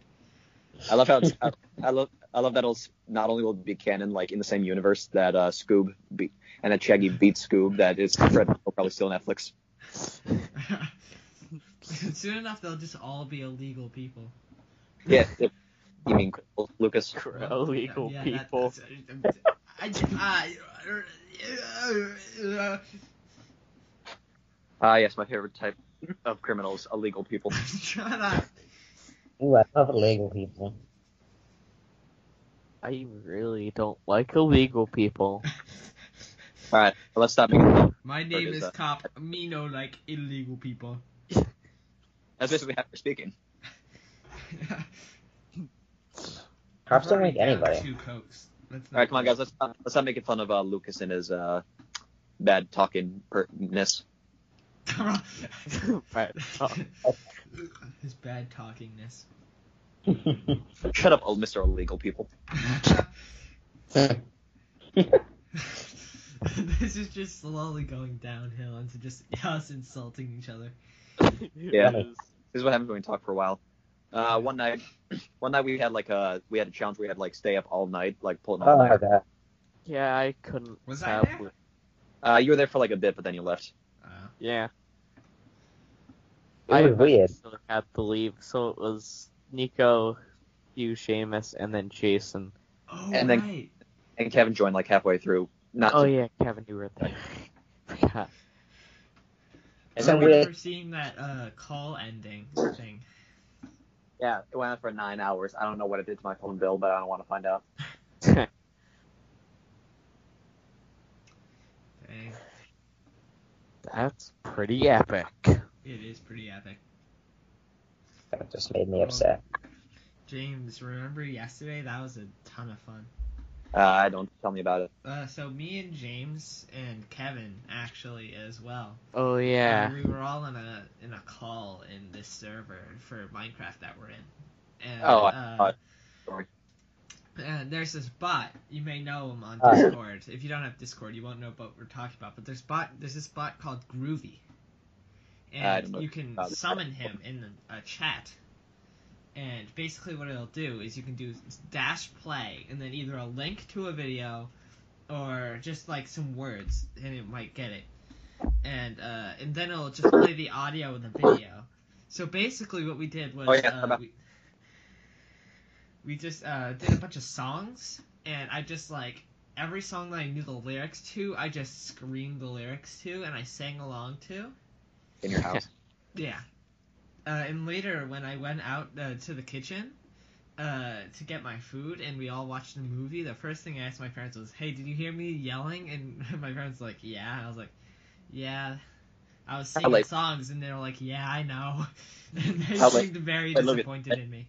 Speaker 1: I love how I, I love I love that it'll s- not only will it be canon like in the same universe that uh, Scoob beat and that Shaggy beat Scoob that is probably still Netflix.
Speaker 2: [laughs]
Speaker 3: [laughs]
Speaker 2: Soon enough, they'll just all be illegal people.
Speaker 1: Yeah, if- you mean Lucas?
Speaker 3: Illegal
Speaker 2: Yeah, that-
Speaker 3: people.
Speaker 2: that's- I, I, I,
Speaker 1: Ah, yes, my favorite type of criminals, illegal people.
Speaker 2: [laughs] shut up.
Speaker 5: Ooh, I love illegal people.
Speaker 3: I really don't like illegal people.
Speaker 1: All right, let's stop making.
Speaker 2: My name
Speaker 1: is
Speaker 2: is
Speaker 1: that?
Speaker 2: Cop. Me no like illegal people.
Speaker 1: That's [laughs] basically how we're speaking.
Speaker 5: [laughs] Cops
Speaker 2: I've
Speaker 5: don't
Speaker 2: already
Speaker 5: like anybody.
Speaker 2: got Two cokes. That's
Speaker 1: All right, come on, guys, let's not, let's not making fun of uh, Lucas and his uh, bad talking pertness. [laughs]
Speaker 2: guys. [laughs]
Speaker 3: Right. Oh,
Speaker 2: His bad talkingness. [laughs]
Speaker 5: [laughs]
Speaker 1: Shut up, old Mister Illegal People.
Speaker 2: this is just slowly going downhill into just us insulting each other.
Speaker 1: Yeah. This is what happens when we talk for a while. Uh, one night, [clears throat] one night we had like a we had a challenge. where We had like stay up all night, like pulling all
Speaker 5: Oh my
Speaker 1: night.
Speaker 5: god.
Speaker 3: Yeah, I couldn't.
Speaker 2: Was I
Speaker 3: have
Speaker 2: there?
Speaker 3: Lu-
Speaker 1: Uh, you were there for like a bit, but then you left.
Speaker 2: Uh,
Speaker 3: Yeah.
Speaker 5: It was weird.
Speaker 3: eventually had to leave, so it was Nico, you, Seamus, and then Jason.
Speaker 2: oh
Speaker 1: And then-
Speaker 2: right.
Speaker 1: And Kevin joined like halfway through. Not
Speaker 3: Oh
Speaker 1: to,
Speaker 3: yeah, Kevin, you were there. [laughs] Forgot.
Speaker 5: And
Speaker 2: so
Speaker 5: then
Speaker 2: we
Speaker 5: we
Speaker 2: were seeing that uh, call ending thing.
Speaker 1: yeah, it went on for nine hours. I don't know what it did to my phone bill, but I don't want to find out.
Speaker 2: Dang,
Speaker 3: [laughs] That's pretty epic.
Speaker 2: it is pretty epic.
Speaker 5: that just made me upset.
Speaker 2: James, remember yesterday? That was a ton of fun.
Speaker 1: Uh, I don't tell me about it.
Speaker 2: Uh, so me and James and Kevin actually as well.
Speaker 3: Oh yeah.
Speaker 2: Uh, we were all in a in a call in this server for Minecraft that we're in. And,
Speaker 1: Oh, I-
Speaker 2: uh,
Speaker 1: sorry.
Speaker 2: And there's this bot. You may know him on
Speaker 5: Uh.
Speaker 2: Discord. if you don't have Discord, you won't know what we're talking about. But there's bot. There's this bot called Groovy,
Speaker 1: I don't
Speaker 2: and
Speaker 1: know
Speaker 2: you can
Speaker 1: about that.
Speaker 2: summon him in a chat. And basically, what it'll do is you can do dash play, and then either a link to a video, or just like some words, and it might get it. And uh, and then it'll just play the audio and the video. So basically, what we did was
Speaker 1: Oh, yeah,
Speaker 2: uh,
Speaker 1: about-
Speaker 2: we, we just uh, did a bunch of songs, and I just like every song that I knew the lyrics to, I just screamed the lyrics to, and I sang along to.
Speaker 1: In your
Speaker 3: [laughs]
Speaker 1: house.
Speaker 2: Yeah. Uh, and later, when I went out uh, to the kitchen uh, to get my food and we all watched the movie, the first thing I asked my parents was, Hey, did you hear me yelling? And [laughs] my parents were like, Yeah. And I was like, Yeah. I was singing
Speaker 1: late-
Speaker 2: songs and they were like, Yeah, I know. [laughs] And they
Speaker 1: How late-
Speaker 2: seemed very
Speaker 1: I love it.
Speaker 2: disappointed in me.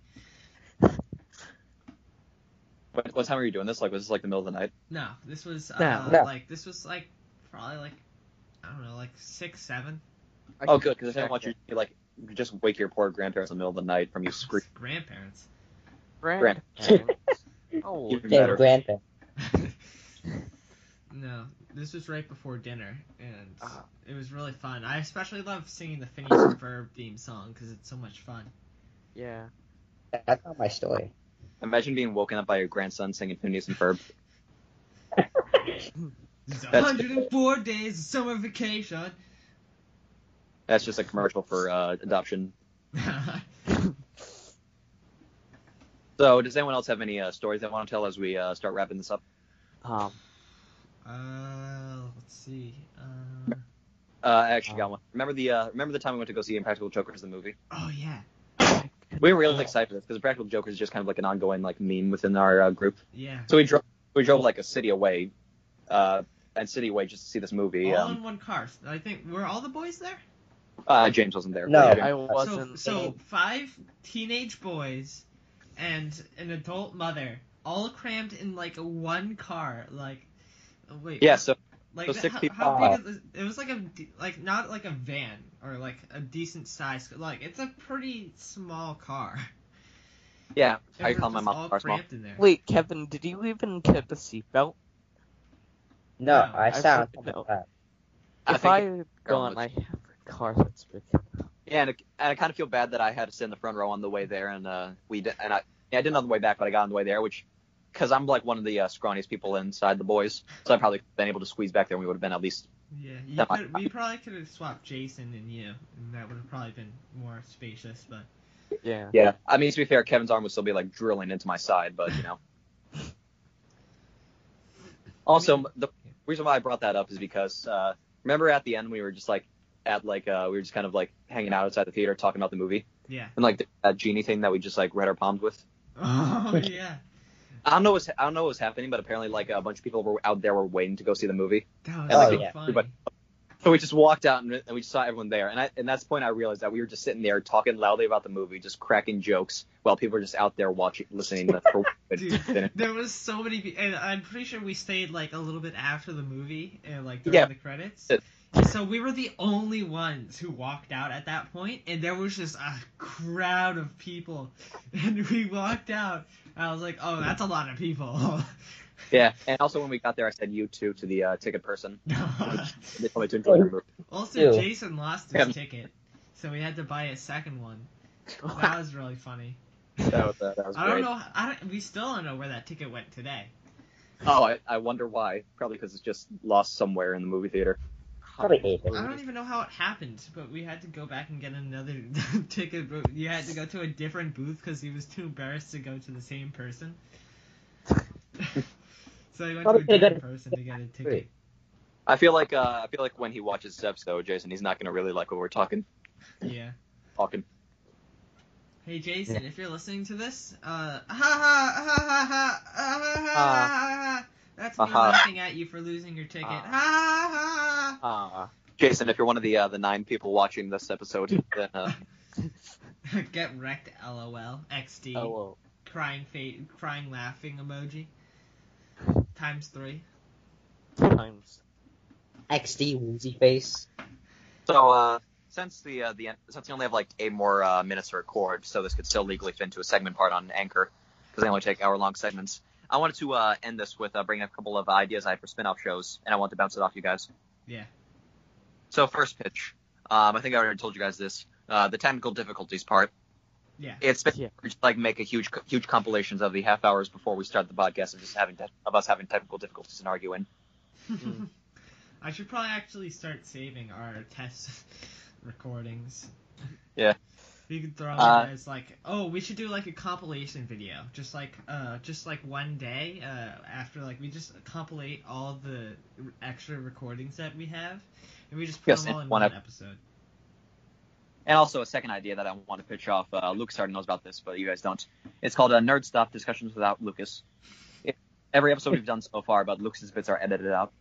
Speaker 1: What, what time were you doing this? Like, was this like the middle of the night?
Speaker 2: No, this was uh,
Speaker 3: No.
Speaker 5: No.
Speaker 2: like this was like probably like I don't know, like six, seven.
Speaker 1: oh, good, because I didn't want you to like just wake your poor grandparents in the middle of the night from you screaming.
Speaker 2: grandparents.
Speaker 3: Grand. [laughs] oh,
Speaker 1: Even
Speaker 5: Damn
Speaker 1: better.
Speaker 5: grandpa.
Speaker 2: No, this was right before dinner, and
Speaker 1: Ah.
Speaker 2: it was really fun. I especially love singing the Phineas and Ferb theme song because it's so much fun.
Speaker 3: yeah.
Speaker 5: That's not my story. [laughs]
Speaker 1: Imagine being woken up by your grandson singing Phineas and Ferb.
Speaker 2: It's
Speaker 1: That's-
Speaker 2: 104 days of summer vacation. [laughs]
Speaker 1: That's just a commercial for uh, adoption. So, does anyone else have any uh, stories they want to tell as we uh, start wrapping this up?
Speaker 3: [laughs] Um.
Speaker 2: uh, let's see. Uh,
Speaker 1: Uh, I actually got one. Remember the uh, remember the time we went to go see Impractical Jokers the movie?
Speaker 2: oh yeah,
Speaker 1: We were really excited for this because Impractical Jokers is just kind of like an ongoing like meme within our uh, group.
Speaker 2: yeah.
Speaker 1: So we drove we drove like a city away, uh, and city away just to see this movie.
Speaker 2: All
Speaker 1: Um,
Speaker 2: in one car. I think were all the boys there.
Speaker 1: uh, James wasn't there.
Speaker 5: No,
Speaker 1: Yeah.
Speaker 3: I wasn't.
Speaker 2: So, so five teenage boys and an adult mother all crammed in like one car. Like, Wait.
Speaker 1: Yeah, so
Speaker 2: Like
Speaker 1: so
Speaker 2: th-
Speaker 1: six
Speaker 2: how,
Speaker 1: people-
Speaker 2: how
Speaker 5: uh,
Speaker 2: big is this? It was like a de- like not like a van or like a decent size. Like it's a pretty small car.
Speaker 1: yeah,
Speaker 2: And
Speaker 1: I
Speaker 2: we're
Speaker 1: call my
Speaker 2: just
Speaker 1: mom
Speaker 2: all
Speaker 1: car small.
Speaker 2: cramped in there.
Speaker 3: Wait, Kevin, did you even get the seatbelt?
Speaker 5: No,
Speaker 2: No,
Speaker 5: I
Speaker 3: I
Speaker 5: sound.
Speaker 3: fucking know.
Speaker 5: uh,
Speaker 1: I
Speaker 3: If
Speaker 1: think
Speaker 3: I had gone, I have a car that's big.
Speaker 1: Yeah, and, it- and I kind of feel bad that I had to sit in the front row on the way there, and uh, we did, and I, yeah, I didn't on the way back, but I got on the way there, which, because I'm like one of the uh, scrawniest people inside the boys, so I probably could have been able to squeeze back there, and we would have been at least.
Speaker 2: Yeah, you
Speaker 1: That might-
Speaker 2: could, we probably could have swapped Jason and you, and that would have probably been more spacious. But [laughs]
Speaker 3: Yeah.
Speaker 1: Yeah. I mean, to be fair, Kevin's arm would still be like drilling into my side, but you know. also, the reason why I brought that up is because uh, remember at the end we were just like at like uh, we were just kind of like hanging out outside the theater talking about the movie
Speaker 2: yeah.
Speaker 1: and like that genie thing that we just like read our palms with.
Speaker 2: Oh yeah,
Speaker 1: I don't know what's I don't know what's happening, but apparently like a bunch of people were out there were waiting to go see the movie.
Speaker 2: that was
Speaker 1: like,
Speaker 2: so
Speaker 5: yeah,
Speaker 2: funny.
Speaker 1: everybody- So we just walked out and, and we just saw everyone there. And I and that's the point I realized that we were just sitting there talking loudly about the movie, just cracking jokes while people were just out there watching, listening. to-
Speaker 2: [laughs]
Speaker 1: for, [laughs]
Speaker 2: Dude, there was so many, pe- and I'm pretty sure we stayed like a little bit after the movie and like during
Speaker 1: Yeah.
Speaker 2: the credits.
Speaker 1: It-
Speaker 2: So we were the only ones who walked out at that point, and there was just a crowd of people, [laughs] and we walked out. and I was like, oh, that's a lot of people. [laughs]
Speaker 1: yeah. And also when we got there, I said you too to the uh, ticket person. They told me to enjoy the movie.
Speaker 2: [laughs] also,
Speaker 5: Ew.
Speaker 2: Jason lost his
Speaker 1: Kevin.
Speaker 2: ticket, so we had to buy a second one. That was really funny.
Speaker 1: [laughs] That was, uh, that was
Speaker 2: I don't
Speaker 1: great.
Speaker 2: know. I don't, we still don't know where that ticket went today.
Speaker 1: Oh, I, I wonder why. Probably because it's just lost somewhere in the movie theater.
Speaker 5: Probably ate it.
Speaker 2: I don't even know how it happened, but we had to go back and get another [laughs] ticket. But you had to go to a different booth because he was too embarrassed to go to the same person. [laughs] so he went to a
Speaker 5: Probably could've
Speaker 2: different
Speaker 5: got
Speaker 2: person to get a ticket.
Speaker 1: I feel like uh, I feel like when he watches this episode, Jason, he's not gonna really like what we're talking
Speaker 2: Yeah.
Speaker 1: talking.
Speaker 2: Hey Jason, if you're listening to this, uh, [laughs] ha ha ha ha ha ha ha ha. That's me
Speaker 1: Uh-huh.
Speaker 2: laughing at you for losing your ticket. Ha ha ha.
Speaker 3: Ah.
Speaker 1: Jason, if you're one of the uh, the nine people watching this episode, then uh,
Speaker 2: ha. [laughs] Get wrecked, lol. XD.
Speaker 3: [laughs] Oh, well.
Speaker 2: Crying fa- crying laughing emoji. Times three.
Speaker 3: Times.
Speaker 5: XD woozy face.
Speaker 1: so uh, since the uh, the en- since we only have like eight more uh, minutes to record, so this could still legally fit into a segment part on Anchor because they only take hour long segments. I wanted to uh, end this with uh, bringing up a couple of ideas I had for spin off shows, and I want to bounce it off you guys.
Speaker 2: Yeah.
Speaker 1: So first pitch, um, I think I already told you guys this. Uh, the technical difficulties part.
Speaker 2: Yeah.
Speaker 1: It's been
Speaker 3: Yeah.
Speaker 1: we just, like make a huge huge compilations of the half hours before we start the podcast of just having te- of us having technical difficulties and arguing.
Speaker 3: Mm.
Speaker 2: [laughs] I should probably actually start saving our test [laughs] recordings.
Speaker 1: Yeah.
Speaker 2: You could throw
Speaker 1: Uh,
Speaker 2: it as like, oh, we should do like a compilation video, just like, uh, just like one day, uh, after like we just compilate all the r- extra recordings that we have, and we just put
Speaker 1: Yes,
Speaker 2: them all
Speaker 1: in
Speaker 2: in
Speaker 1: one
Speaker 2: one
Speaker 1: ep- [laughs]
Speaker 2: episode. [laughs]
Speaker 1: And also a second idea that I want to pitch off. Uh, Lucas already knows about this, but you guys don't. It's called uh, Nerd Stuff Discussions Without Lucas. It- every episode we've done so far, but Lucas's bits are edited out.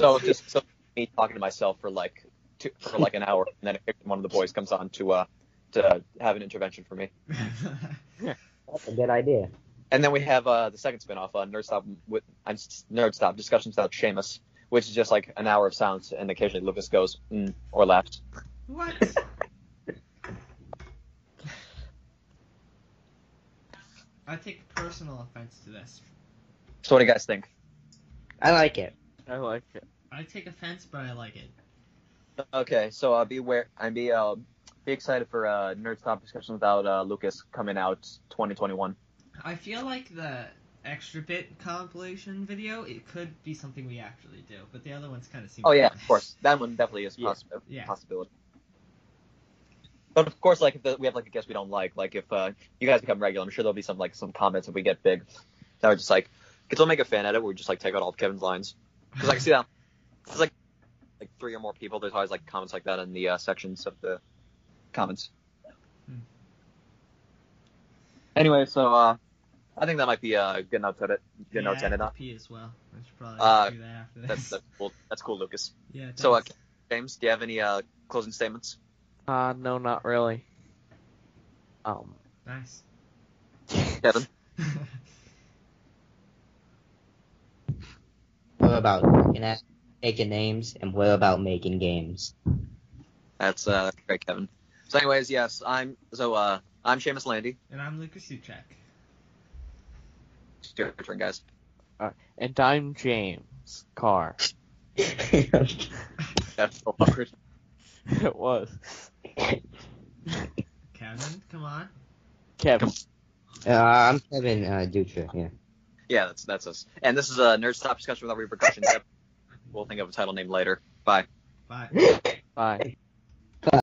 Speaker 1: so it's just so me talking to myself for like two, for like an hour, and then if one of the boys comes on to uh, to have an intervention for me.
Speaker 5: That's a good
Speaker 2: [laughs]
Speaker 5: idea.
Speaker 1: And then we have uh, the second spinoff, uh, Nerd Stop with I'm s- Nerd Stop Discussions Without Seamus, which is just like an hour of silence, and occasionally Lucas goes mm, or laughs.
Speaker 2: what?
Speaker 1: [laughs]
Speaker 2: I take personal offense to this.
Speaker 1: So what do you guys think?
Speaker 5: I like it.
Speaker 3: I like it.
Speaker 2: I take offense, but I like it.
Speaker 1: Okay, so uh, be aware and be uh, be excited for uh, Nerd Stop Discussions Without uh, Lucas coming out 2021.
Speaker 2: I feel like the extra bit compilation video it could be something we actually do, but the other ones kind of seem.
Speaker 1: Oh yeah, of course, that one definitely is
Speaker 3: Yeah.
Speaker 1: poss- a
Speaker 2: Yeah.
Speaker 1: possibility. But of course, like if the, we have like a guest we don't like, like if uh, you guys become regular, I'm sure there'll be some like some comments if we get big that are just like, could still make a fan edit where we just like take out all of Kevin's lines. Because I
Speaker 2: [laughs]
Speaker 1: can see that. It's like like three or more people. There's always like comments like that in the uh, sections of the comments.
Speaker 2: Hmm.
Speaker 1: Anyway, so uh, I think that might be uh, good enough to edit. Good
Speaker 2: yeah,
Speaker 1: enough to edit
Speaker 2: I
Speaker 1: on.
Speaker 2: have to pee as well. I should probably
Speaker 1: Uh,
Speaker 2: do that after [laughs] this.
Speaker 1: That's, that's cool. That's cool, Lucas.
Speaker 2: yeah.
Speaker 1: So, uh,
Speaker 2: thanks.
Speaker 1: James, do you have any uh, closing statements?
Speaker 3: Uh, no, not really. Um.
Speaker 2: [laughs] nice.
Speaker 1: Kevin,
Speaker 5: about looking at making names, and we're about making games.
Speaker 1: That's uh, that's great, Kevin. So, anyways, yes, I'm so uh, I'm Seamus Landy.
Speaker 2: And I'm Lucas Uchek.
Speaker 1: It's Your turn, guys.
Speaker 3: And I'm James Carr.
Speaker 5: Uh,
Speaker 1: That's so awkward.
Speaker 3: [laughs] it was
Speaker 2: Kevin, come on.
Speaker 3: Kevin.
Speaker 5: Uh, I'm Kevin uh, Dutra. Yeah.
Speaker 1: Yeah, that's that's us. And this is a nerd stop
Speaker 2: [laughs]
Speaker 1: discussion without repercussions. we'll think of a title name later.
Speaker 2: Bye.
Speaker 3: Bye.